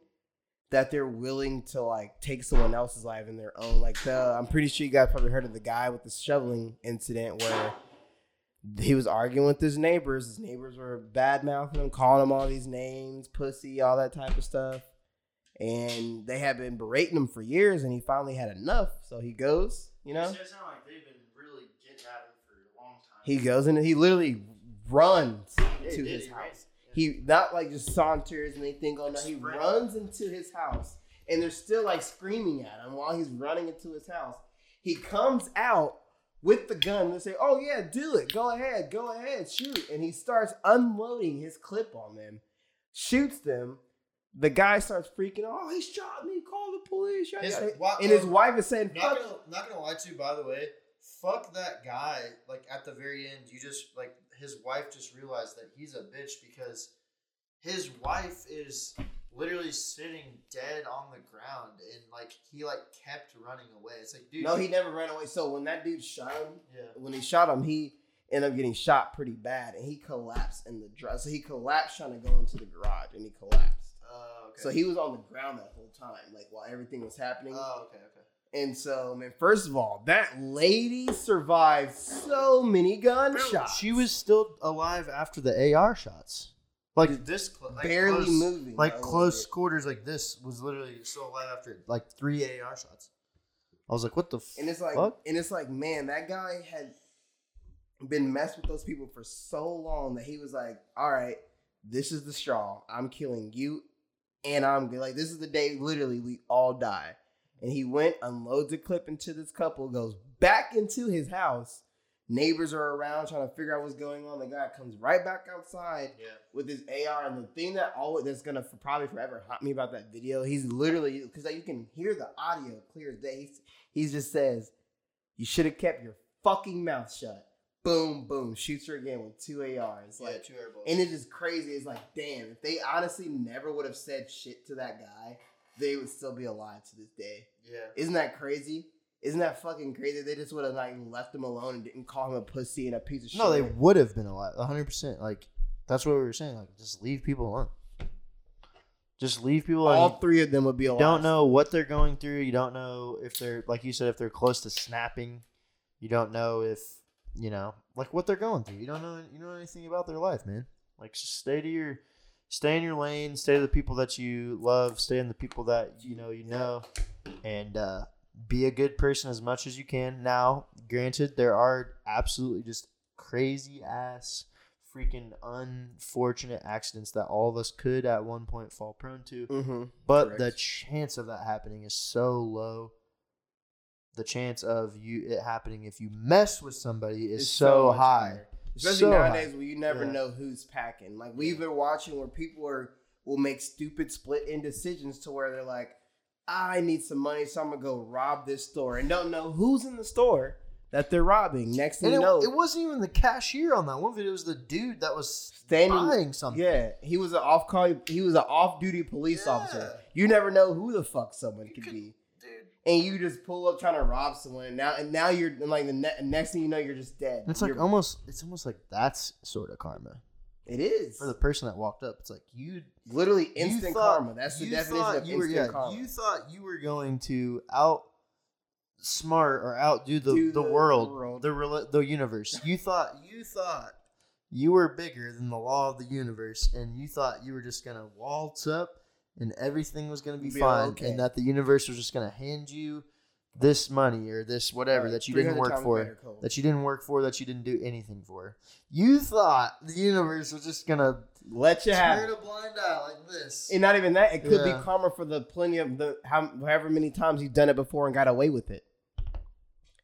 A: that they're willing to like take someone else's life in their own. Like the, I'm pretty sure you guys probably heard of the guy with the shoveling incident where he was arguing with his neighbors. His neighbors were bad mouthing him, calling him all these names, pussy, all that type of stuff. And they had been berating him for years, and he finally had enough. So he goes, you know,
B: It sounds like they've been really getting at him for a long time.
A: he goes and he literally runs
B: Yeah, he
A: to
B: did,
A: his
B: he
A: house.
B: ran.
A: He not like just saunters and they think, oh no, he
B: Sprint.
A: runs into his house and they're still like screaming at him while he's running into his house. He comes out with the gun. They say, oh yeah, do it. Go ahead, go ahead, shoot. And he starts unloading his clip on them, shoots them. The guy starts freaking out. Oh, he shot me. Call the police. yada,
B: His
A: yada.
B: wa- oh,
A: and his wife is saying,
B: Not
A: fuck.
B: gonna, not gonna lie to you, by the way. Fuck that guy. Like at the very end, you just like his wife just realized that he's a bitch because his wife is literally sitting dead on the ground and like he like kept running away. It's like dude,
A: No,
B: you-
A: he never ran away. So when that dude shot him,
B: yeah.
A: when he shot him, he ended up getting shot pretty bad, and he collapsed in the dress. So he collapsed trying to go into the garage, and he collapsed.
B: Oh, okay.
A: So he was on the ground that whole time, like while everything was happening.
B: Oh, okay, okay.
A: and so, man, first of all, that lady survived so many gunshots.
B: still alive after the AR shots. Like this, cl- like
A: barely
B: close-
A: moving,
B: like
A: a little
B: close
A: bit.
B: quarters like this was literally still alive after like three AR shots. I was like, what the?
A: And it's like,
B: fuck?
A: and it's like, man, that guy had been messed with those people for so long that he was like, all right, this is the straw. I'm killing you and I'm good. Like this is the day literally we all die. And he went, unloads a clip into this couple, goes back into his house. Neighbors are around trying to figure out what's going on. The guy comes right back outside
B: Yeah.
A: with his AR. And the thing that always that's gonna f- probably forever haunt me about that video, he's literally because like, you can hear the audio clear as day. He's, he just says, "You should have kept your fucking mouth shut." Boom, boom, shoots her again with two ARs. Like,
B: two airballs.
A: and it's just crazy. It's like, damn, if they honestly never would have said shit to that guy, they would still be alive to this day.
B: yeah.
A: Isn't that crazy? Isn't that fucking crazy? They just would have like left him alone and didn't call him a pussy and a piece of shit.
B: No, they would have been alive. 100%. Like, that's what we were saying. Like, just leave people alone. Just leave people alone.
A: all three of them would be
B: you
A: alive.
B: don't know what they're going through. You don't know if they're, like you said, if they're close to snapping. You don't know if, you know, like what they're going through. You don't know, you don't know anything about their life, man. Like, just stay to your, stay in your lane, stay to the people that you love, stay in the people that, you know, you know, and, uh, be a good person as much as you can. Now, granted, there are absolutely just crazy ass, freaking unfortunate accidents that all of us could at one point fall prone to.
A: Mm-hmm.
B: But
A: Correct.
B: the chance of that happening is so low. The chance of you it happening if you mess with somebody is
A: It's so
B: so,
A: much
B: high.
A: Especially
B: So high.
A: nowadays where you never
B: Yeah.
A: know who's packing. Like we've been watching where people are will make stupid split end decisions to where they're like, I need some money, so I'm gonna go rob this store and don't know who's in the store that they're robbing. Next thing
B: And
A: you
B: it,
A: know,
B: it wasn't even the cashier on that one video. It was the dude that was
A: Standing-
B: buying something.
A: yeah, he was an off call. He was an off duty police
B: Yeah.
A: officer. You never know who the fuck someone could,
B: could-
A: be,
B: Dude.
A: and you just pull up trying to rob someone. And now, and now you're and like the ne- next thing you know, you're just dead.
B: It's like oh
A: You're-
B: almost it's almost like that's sort of karma.
A: it is
B: For the person that walked up, it's like you
A: literally
B: you
A: instant
B: thought-
A: karma. That's the
B: you
A: definition
B: thought
A: of
B: you were-
A: instant
B: yeah,
A: karma.
B: You thought you were going to outsmart or outdo the,
A: Do
B: the,
A: the
B: world,
A: world.
B: the rela- the universe. You thought you thought you were bigger than the law of the universe, and you thought you were just gonna waltz up and everything was gonna be,
A: Be all
B: fine,
A: okay.
B: and that the universe was just gonna hand you this money or this whatever
A: Right,
B: that you didn't
A: 300
B: work
A: times
B: for
A: better code.
B: that you didn't work for that you didn't do anything for you thought the universe was just gonna
A: Let you have
B: turn
A: it.
B: a blind eye like this
A: And not even that, it could
B: Yeah.
A: be karma for the plenty of the how, however many times you've done it before and got away with it.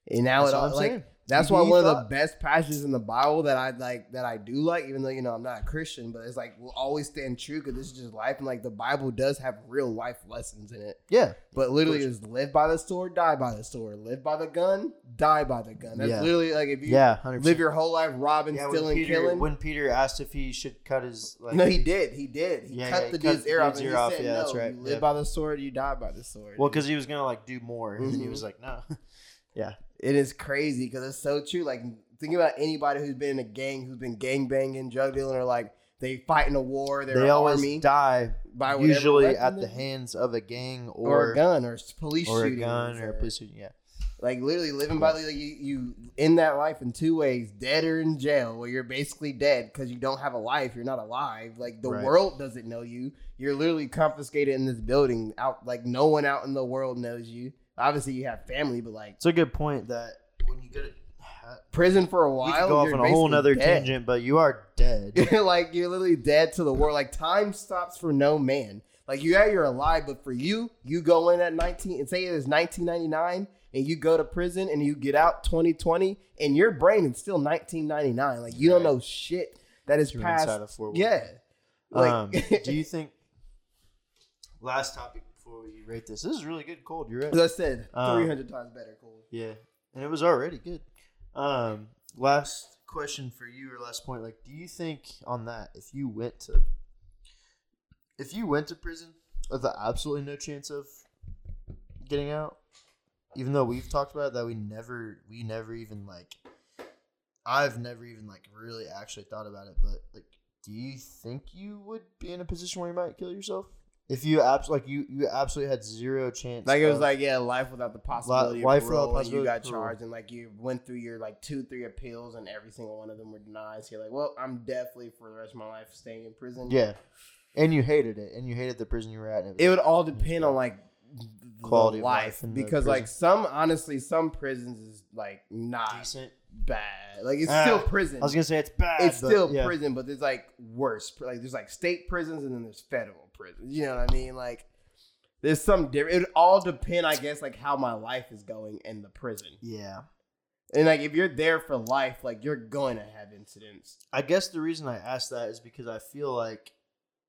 A: And now
B: That's
A: it
B: what
A: all
B: I'm
A: like
B: saying.
A: that's
B: You-
A: why
B: you
A: one of
B: thought-
A: the best passages in the Bible that I like that I do like, even though you know I'm not a Christian, but it's like will always stand true because this is just life and like the Bible does have real life lessons in it.
B: yeah
A: But literally, just live by the sword, die by the sword. Live by the gun, die by the gun. That's
B: Yeah.
A: literally like if you
B: yeah 100%.
A: live your whole life robbing, stealing,
B: Peter,
A: killing.
B: When Peter asked if he should cut his, like,
A: no, he did. He did. He
B: Yeah,
A: cut
B: yeah, he
A: the
B: cut
A: dude's
B: the
A: ear off.
B: dude's
A: And he
B: ear off.
A: said,
B: Yeah,
A: no,
B: that's right.
A: You live
B: Yep.
A: by the sword, you die by the sword.
B: well, because he was gonna like do more, and then he
A: Mhm.
B: was like, no.
A: it is crazy because it's so true. Like, think about anybody who's been in a gang, who's been gang banging, drug dealing, or like they fight in a war, they're
B: they
A: an
B: always
A: army,
B: die
A: by whatever
B: usually
A: weapon
B: at the
A: they-
B: hands of a gang or,
A: or, a gun or s- police
B: or a
A: shooting
B: gun or a police shooting. Yeah,
A: Like literally living by the like, you, you in that life in two ways: dead or in jail, where you're basically dead because you don't have a life. You're not alive. Like the
B: Right.
A: world doesn't know you. You're literally confiscated in this building. Out like no one out in the world knows you. Obviously, you have family, but like
B: it's a good point that when you go to,
A: prison for a
B: we
A: while,
B: could go off
A: you're
B: on a whole
A: basically
B: nother
A: dead.
B: tangent, but you are dead.
A: like you're literally dead to the world. Like time stops for no man. Like you yeah, you're alive, but for you, you go in at 19 and say it is 1999, and you go to prison and you get out 2020, and your brain is still 1999. Like you don't know shit that is
B: You're
A: past.
B: inside of four walls.
A: yeah. Like,
B: um, do you think? Last topic before we rate this. This is really good. Cold. You're right.
A: as I said,
B: Um,
A: 300 times better. Cool.
B: Yeah, and it was already good. Um, last question for you, or last point. Like, do you think on that if you went to, if you went to prison with a absolutely no chance of getting out, even though we've talked about that we never, we never even like, I've never even like really actually thought about it, but like. Do you think you would be in a position where you might kill yourself if you abs- like you you absolutely had zero chance?
A: Like it was
B: of-
A: like yeah, life without the possibility
B: life
A: of
B: without
A: parole. and
B: possibility
A: you
B: of
A: got
B: parole.
A: charged and like you went through your like two, three appeals, and every single one of them were denied. So you're like, well, I'm definitely for the rest of my life staying in prison.
B: Yeah. And you hated it, and you hated the prison you were at. And
A: it would all depend on like
B: Quality
A: quality
B: of
A: life,
B: life in the
A: because like
B: prison.
A: some honestly some prisons is like not
B: decent.
A: bad. Like it's
B: Ah,
A: still prison.
B: I was gonna say it's bad.
A: it's
B: but
A: still
B: yeah.
A: prison, but there's like worse. Like there's like state prisons and then there's federal prisons. You know what I mean? Like there's some different. It all depend, I guess, like how my life is going in the prison.
B: Yeah.
A: And like if you're there for life, like you're going to have incidents.
B: I guess the reason I ask that is because I feel like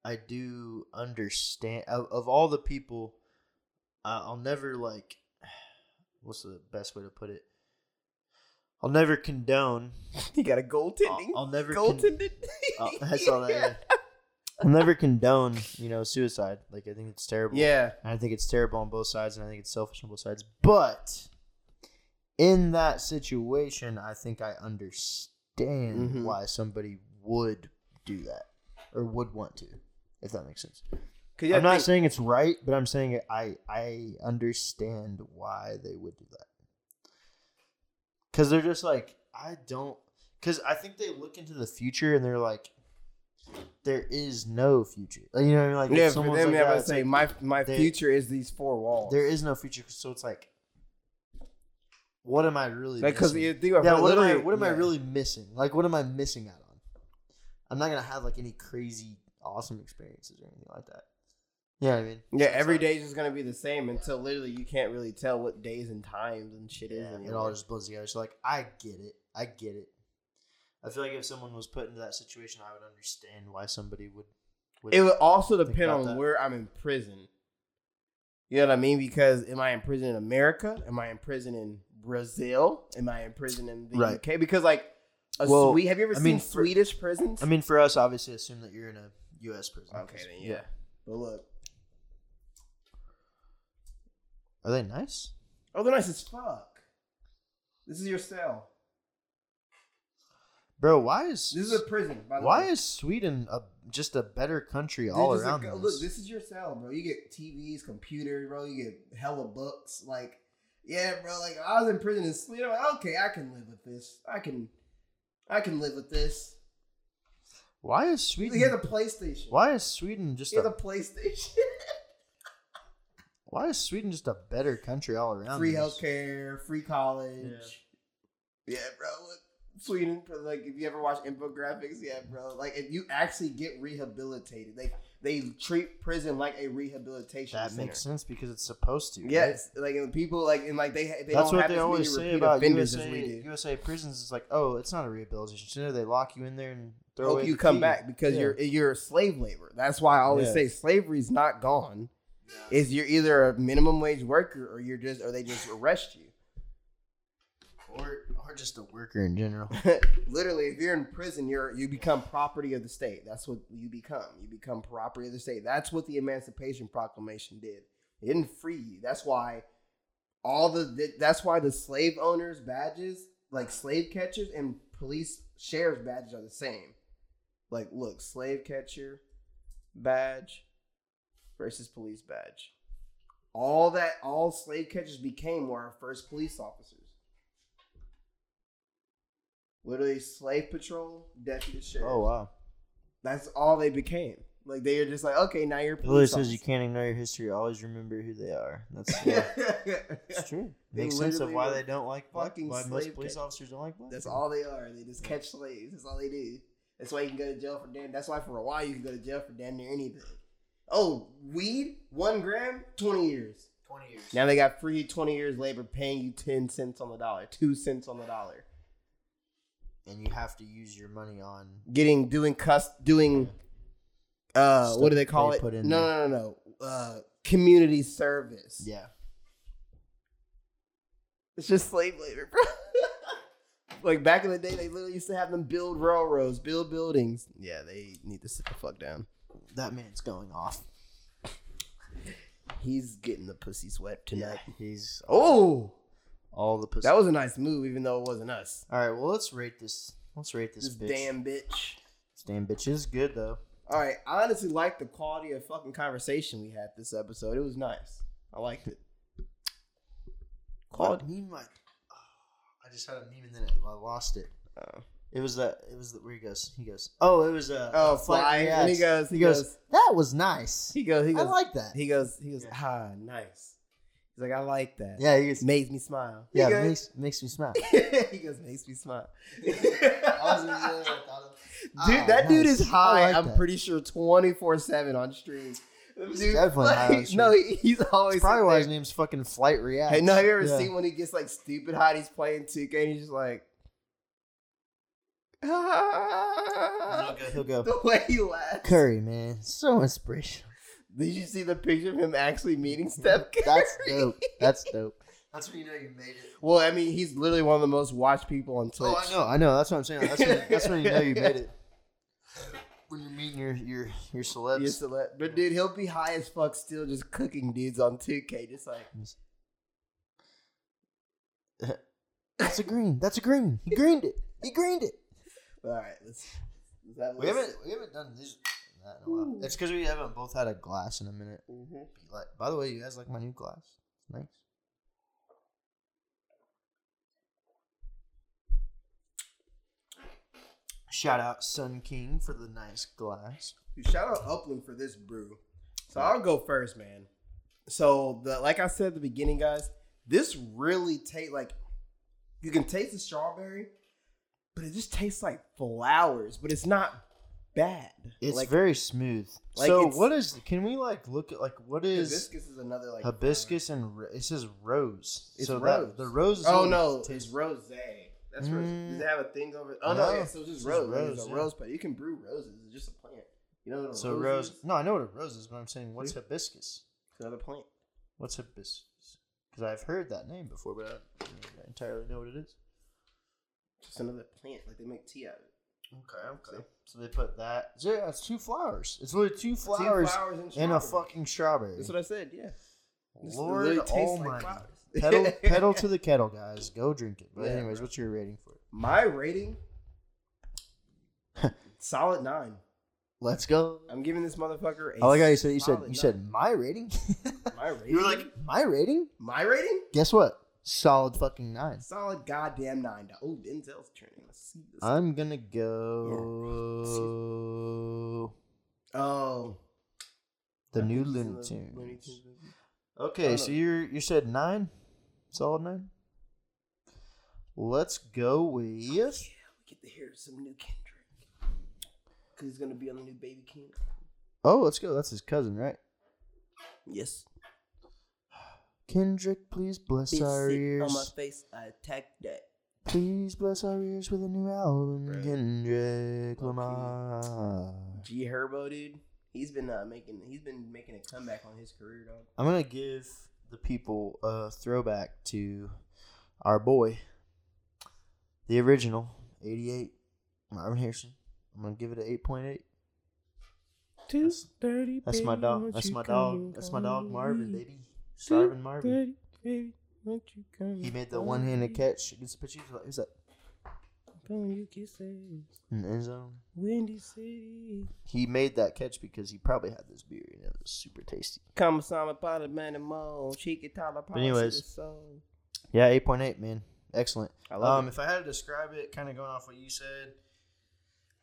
B: I do understand of, of all the people I I'll never like what's the best way to put it? I'll never condone.
A: You got a goaltending.
B: I'll, I'll never con-
A: goaltending.
B: uh, I saw that. Yeah. I'll never condone, you know, suicide. Like I think it's terrible.
A: Yeah.
B: And I think it's terrible on both sides, and I think it's selfish on both sides. But in that situation, I think I understand
A: Mhm.
B: why somebody would do that or would want to, if that makes sense.
A: Cause yeah,
B: I'm not
A: think-
B: saying it's right, but I'm saying I I understand why they would do that. Cause they're just like I don't. Cause I think they look into the future and they're like, there is no future. Like, you know what I mean? Like if
A: yeah, for
B: someone's
A: them,
B: like
A: yeah,
B: that,
A: I
B: it's
A: say
B: like,
A: my my
B: they-
A: future is these four walls.
B: there is no future, so it's like, what am I really?
A: Like, cause
B: missing?
A: you think about
B: yeah, what am I?
A: literally-
B: What am I
A: yeah.
B: really missing? Like, what am I missing out on? I'm not gonna have like any crazy awesome experiences or anything like that. You know what I mean?
A: Yeah, every day is just gonna be the same until literally you can't really tell what days and times and shit is.
B: Yeah, it
A: anymore.
B: all just blows together. So like, I get it. I get it. I feel like if someone was put into that situation, I would understand why somebody would. would
A: It would also
B: Think
A: depend
B: about
A: on
B: that.
A: where I'm in prison. You know what I mean? Because am I in prison in America? Am I in prison in Brazil? Am I in prison in the
B: Right.
A: UK? Because like, a
B: Well,
A: Swe- have you ever
B: I
A: seen
B: mean, for-
A: Swedish prisons?
B: I mean, for us, obviously, assume that you're in a U.S. prison.
A: okay, then yeah. But look,
B: Are they nice?
A: oh, they're nice as fuck. This is your cell.
B: Bro, why is
A: This is a prison. By the
B: Why
A: way.
B: is Sweden a, just a better country
A: This
B: all
A: is a
B: around?
A: go-
B: than
A: look,
B: us?
A: this is your cell, bro. You get TVs, computers, bro. You get hella books. Like, yeah, bro. Like I was in prison in Sweden. I'm like, okay, I can live with this. I can, I can live with this.
B: Why is
A: You
B: Sweden?
A: had a PlayStation.
B: why is Sweden just
A: You had
B: a,
A: a PlayStation.
B: Why is Sweden just a better country all around?
A: free
B: than us?
A: healthcare, free college. Yeah, bro. Look, Sweden. but, Like, if you ever watch infographics, yeah, bro. Like, if you actually get rehabilitated, they they treat prison like a rehabilitation.
B: That
A: center.
B: makes sense because it's supposed to. right?
A: Yes, like and people like and like they ha- they
B: that's
A: don't
B: what
A: have
B: they
A: as many
B: always say
A: repeat
B: about
A: offenders
B: USA.
A: as we do.
B: USA prisons is like, oh, it's not a rehabilitation center. They lock you in there and throw
A: Hope
B: away
A: you
B: the
A: come
B: key.
A: back because
B: Yeah.
A: you're you're a slave labor. That's why I always
B: Yeah.
A: say slavery's not gone. Is you're either a minimum wage worker or you're just or they just arrest you.
B: or or just a worker in general.
A: Literally, if you're in prison, you're you become property of the state. That's what you become. You become property of the state. That's what the Emancipation Proclamation did. It didn't free you. That's why all the that's why the slave owners' badges, like slave catchers and police sheriff's badges, are the same. Like, look, slave catcher badge versus police badge. All that all slave catchers became were our first police officers. Literally, slave patrol, deputy sheriff.
B: oh wow.
A: That's all they became. Like they are just like, okay, now you're
B: It literally
A: police.
B: says you
A: officer.
B: can't ignore your history. Always remember who they are. That's yeah. It's true.
A: They
B: Makes sense of
A: literally
B: why
A: were
B: they don't like black.
A: fucking
B: Why most
A: slave
B: police
A: catchers.
B: officers don't like black.
A: That's
B: people.
A: all they are. They just catch slaves. That's all they do. That's why you can go to jail for damn. That's why for a while you can go to jail for damn near anything. Oh, weed, one gram, twenty years.
B: Twenty years.
A: Now they got free twenty years labor, paying you ten cents on the dollar, two cents on the dollar.
B: and you have to use your money on
A: Getting doing cuss doing. Uh, what
B: Stuff
A: do they call
B: they
A: it?
B: put in
A: no, no, no, no. Uh, community service.
B: yeah
A: It's just slave labor, bro. like back in the day, they literally used to have them build railroads, build buildings. Yeah, they need to sit the fuck down.
B: that man's going off
A: He's getting the pussy sweat tonight.
B: he's
A: Oh,
B: all the pussy
A: that was a nice move, even though it wasn't us.
B: all right well let's rate this let's rate this,
A: This
B: bitch
A: damn bitch.
B: This damn bitch is good though
A: All right, I honestly like the quality of fucking conversation we had this episode. It was nice. I liked it.
B: what
A: Quality.
B: meme I, oh, I just had a meme and then I lost it
A: Oh.
B: it was that it was the, where he goes he goes oh it was a
A: Oh, fly. And he goes. He goes.
B: that was nice
A: He goes. He goes.
B: I like that
A: He goes. He goes.
B: Yeah.
A: Ah, nice. He's like, I like that.
B: Yeah, he goes,
A: Makes me smile.
B: yeah,
A: He goes-
B: makes makes me smile.
A: he goes, makes me smile. Dude,
B: Ah,
A: that dude
B: nice.
A: is
B: I
A: high.
B: like
A: I'm
B: that.
A: pretty sure 24 seven on stream. Dude,
B: definitely high on
A: No, he- he's always
B: That's probably
A: sitting
B: why
A: there.
B: his name's fucking Flight React.
A: Hey, no, have you ever
B: Yeah.
A: seen when he gets like stupid hot? He's playing 2K and he's just like, ah.
B: He'll go,
A: the way he laughs.
B: Curry, man, so inspirational.
A: Did you see the picture of him actually meeting Steph Curry?
B: That's dope. That's dope. That's when you know you made it.
A: well, I mean, he's literally one of the most watched people on Twitch.
B: Oh, I know, I know. That's what I'm saying. That's when, that's when you know you made it. When you're meeting your your your celebs.
A: Yes, to let- but dude, he'll be high as fuck still, just cooking dudes on 2K, just like
B: That's a green. That's a green. He greened it. He greened it.
A: all right. Let's, that
B: We
A: was-
B: haven't we haven't done this that in a while. It's because we haven't both had a glass in a minute.
A: Mhm.
B: Like, by the way, you guys like my new glass? Nice. Shout out Sun King for the nice glass.
A: Dude, shout out Upland for this brew. So I'll go first, man. So the like I said at the beginning, guys, this really tastes like you can taste the strawberry, but it just tastes like flowers. But it's not bad.
B: It's
A: like
B: very smooth.
A: like
B: so
A: it's-
B: what is? Can we like look at like what is hibiscus,
A: hibiscus is another like um,
B: and ro- it says rose.
A: It's
B: so
A: rose.
B: That, the rose. Is
A: flower. Oh
B: what
A: no,
B: it
A: it's
B: tastes-
A: rose. That's rose. Does it have a thing over? Oh
B: No,
A: no, yeah, so it's
B: it's
A: just rose. Like, It's
B: rose,
A: a
B: yeah.
A: rose plant. You can brew roses. It's just a plant. You know what a
B: So
A: rose?
B: rose.
A: is?
B: No, I know what a rose is, but I'm saying what's hibiscus?
A: It's another plant.
B: What's hibiscus? Because I've heard that name before, but I don't entirely know what it is.
A: Just another plant. Like they make tea out of it.
B: Okay, okay. So they put that. So yeah, it's two flowers. It's literally two flowers,
A: Two flowers
B: and a
A: strawberry.
B: fucking strawberry.
A: That's what I said. Yeah. This
B: Lord
A: literally tastes like
B: Almighty.
A: flowers.
B: pedal, pedal to the kettle, guys. Go drink it. But
A: Yeah,
B: anyways,
A: bro.
B: what's your rating for it?
A: My rating, solid nine.
B: Let's go.
A: I'm giving this motherfucker. a
B: I like how you said you said
A: solid
B: you said my rating.
A: nine. my rating.
B: you were like my rating.
A: my rating,
B: Guess what? Solid fucking nine.
A: solid goddamn nine. Oh, Denzel's turning. Let's see this.
B: I'm gonna go
A: oh,
B: the new
A: This is
B: Looney
A: the Looney
B: Tunes.
A: Tunes movie.
B: Okay,
A: Oh,
B: so
A: no.
B: you you said nine, solid nine. Let's go with.
A: Yeah, we get to hear some new Kendrick because he's gonna be on the new Baby King.
B: Oh, let's go. That's his cousin, right?
A: Yes.
B: Kendrick, please bless our
A: Big sick On my
B: ears.
A: face, I attacked that.
B: Please bless our ears with a new album,
A: Bruh.
B: Kendrick
A: Low-key.
B: Lamar.
A: G Herbo, dude. He's been uh, making. He's been making a comeback on his career, dog.
B: I'm gonna give the people a throwback to our boy, the original '88, Marvin Harrison. I'm gonna give it an 8.8.
C: Two thirty.
B: That's my dog. That's my dog. That's my dog, Marvin, baby. Starving Marvin.
C: baby, won't you come?
B: He made the one-handed catch against the Patriots. He's like
C: You can say
B: in the end zone.
C: Windy City.
B: He made that catch because he probably had this beer and it was super tasty.
A: Kamasama Pada Manamo, Chiki Tala
B: But anyways. Yeah, 8.8, man. Excellent.
A: I love
B: um, If I had to describe it, kind of going off what you said,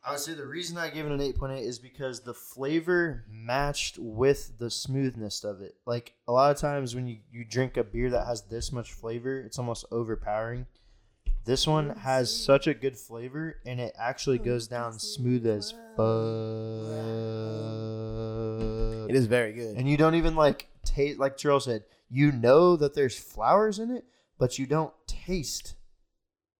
B: I would say the reason I give it an 8.8 is because the flavor matched with the smoothness of it. Like, a lot of times when you, you drink a beer that has this much flavor, it's almost overpowering. This one has such a good flavor, and it actually goes down smooth as fuck.
A: It is very good.
B: and you don't even like taste like Charles said you know that there's flowers in it but you don't taste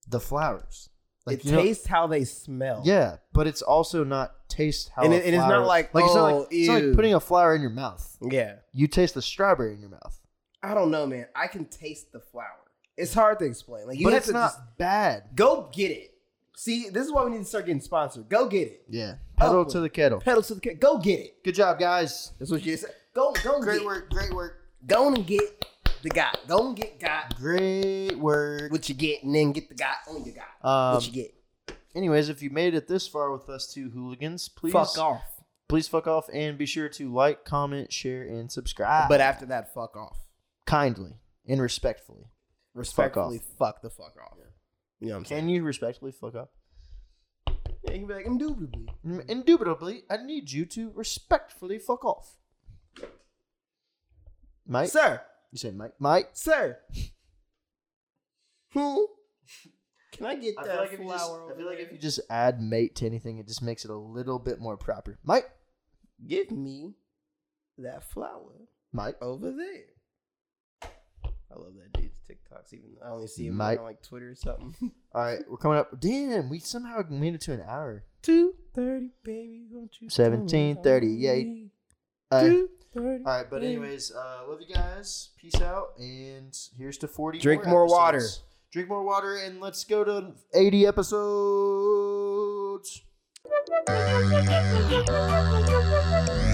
B: the flowers like
A: it
B: you know-
A: tastes how they smell.
B: yeah but it's also not taste how
A: And
B: a
A: it- and it's not
B: flower-
A: like,
B: it's not
A: "Oh,
B: like, it's not like
A: ew."
B: putting a flower in your mouth
A: Yeah.
B: you taste the strawberry in your mouth
A: I don't know, man. I can taste the flower. It's hard to explain. Like you
B: but
A: have
B: it's
A: to
B: not
A: just
B: bad
A: go get it. See, this is why we need to start getting sponsored. Go get it.
B: yeah pedal
A: Upward.
B: to the kettle
A: Pedal to the ca- go get it.
B: good job guys
A: That's what you said. Go go
B: great
A: get
B: work great work
A: go and get the guy. Go and get guy
B: great work
A: what you get and then get the guy on your guy.
B: um,
A: what you get.
B: anyways if you made it this far with us two hooligans please
A: Fuck off.
B: please fuck off and be sure to like, comment, share, and subscribe.
A: But after that, fuck off.
B: kindly and respectfully.
A: respectfully fuck, the fuck off. You know what I'm saying?
B: Can you respectfully fuck off?
A: Yeah, you can be like, indubitably.
B: Mm, Indubitably, I need you to respectfully fuck off. Mate,
A: Sir,
B: You say Mike? Mike?
A: Sir. Hmm. Can I get
B: I
A: that
B: feel, like if, you
A: flower?
B: just,
A: over
B: I feel like
A: there?
B: if you just add mate to anything, it just makes it a little bit more proper. Mike?
A: give me that flower
B: Mike?
A: over there. I love that dude's TikToks. Even though I only see him
B: Mike.
A: on like Twitter or something.
B: All right, we're coming up. Damn, we somehow made it to an hour.
C: Two thirty, baby, won't you?
B: 17:38. Uh,
C: Two thirty.
B: all right, but anyways, uh, love you guys. Peace out, and here's to forty.
A: Drink more water.
B: episodes. Drink more water, and let's go to eighty episodes.
D: Thank you.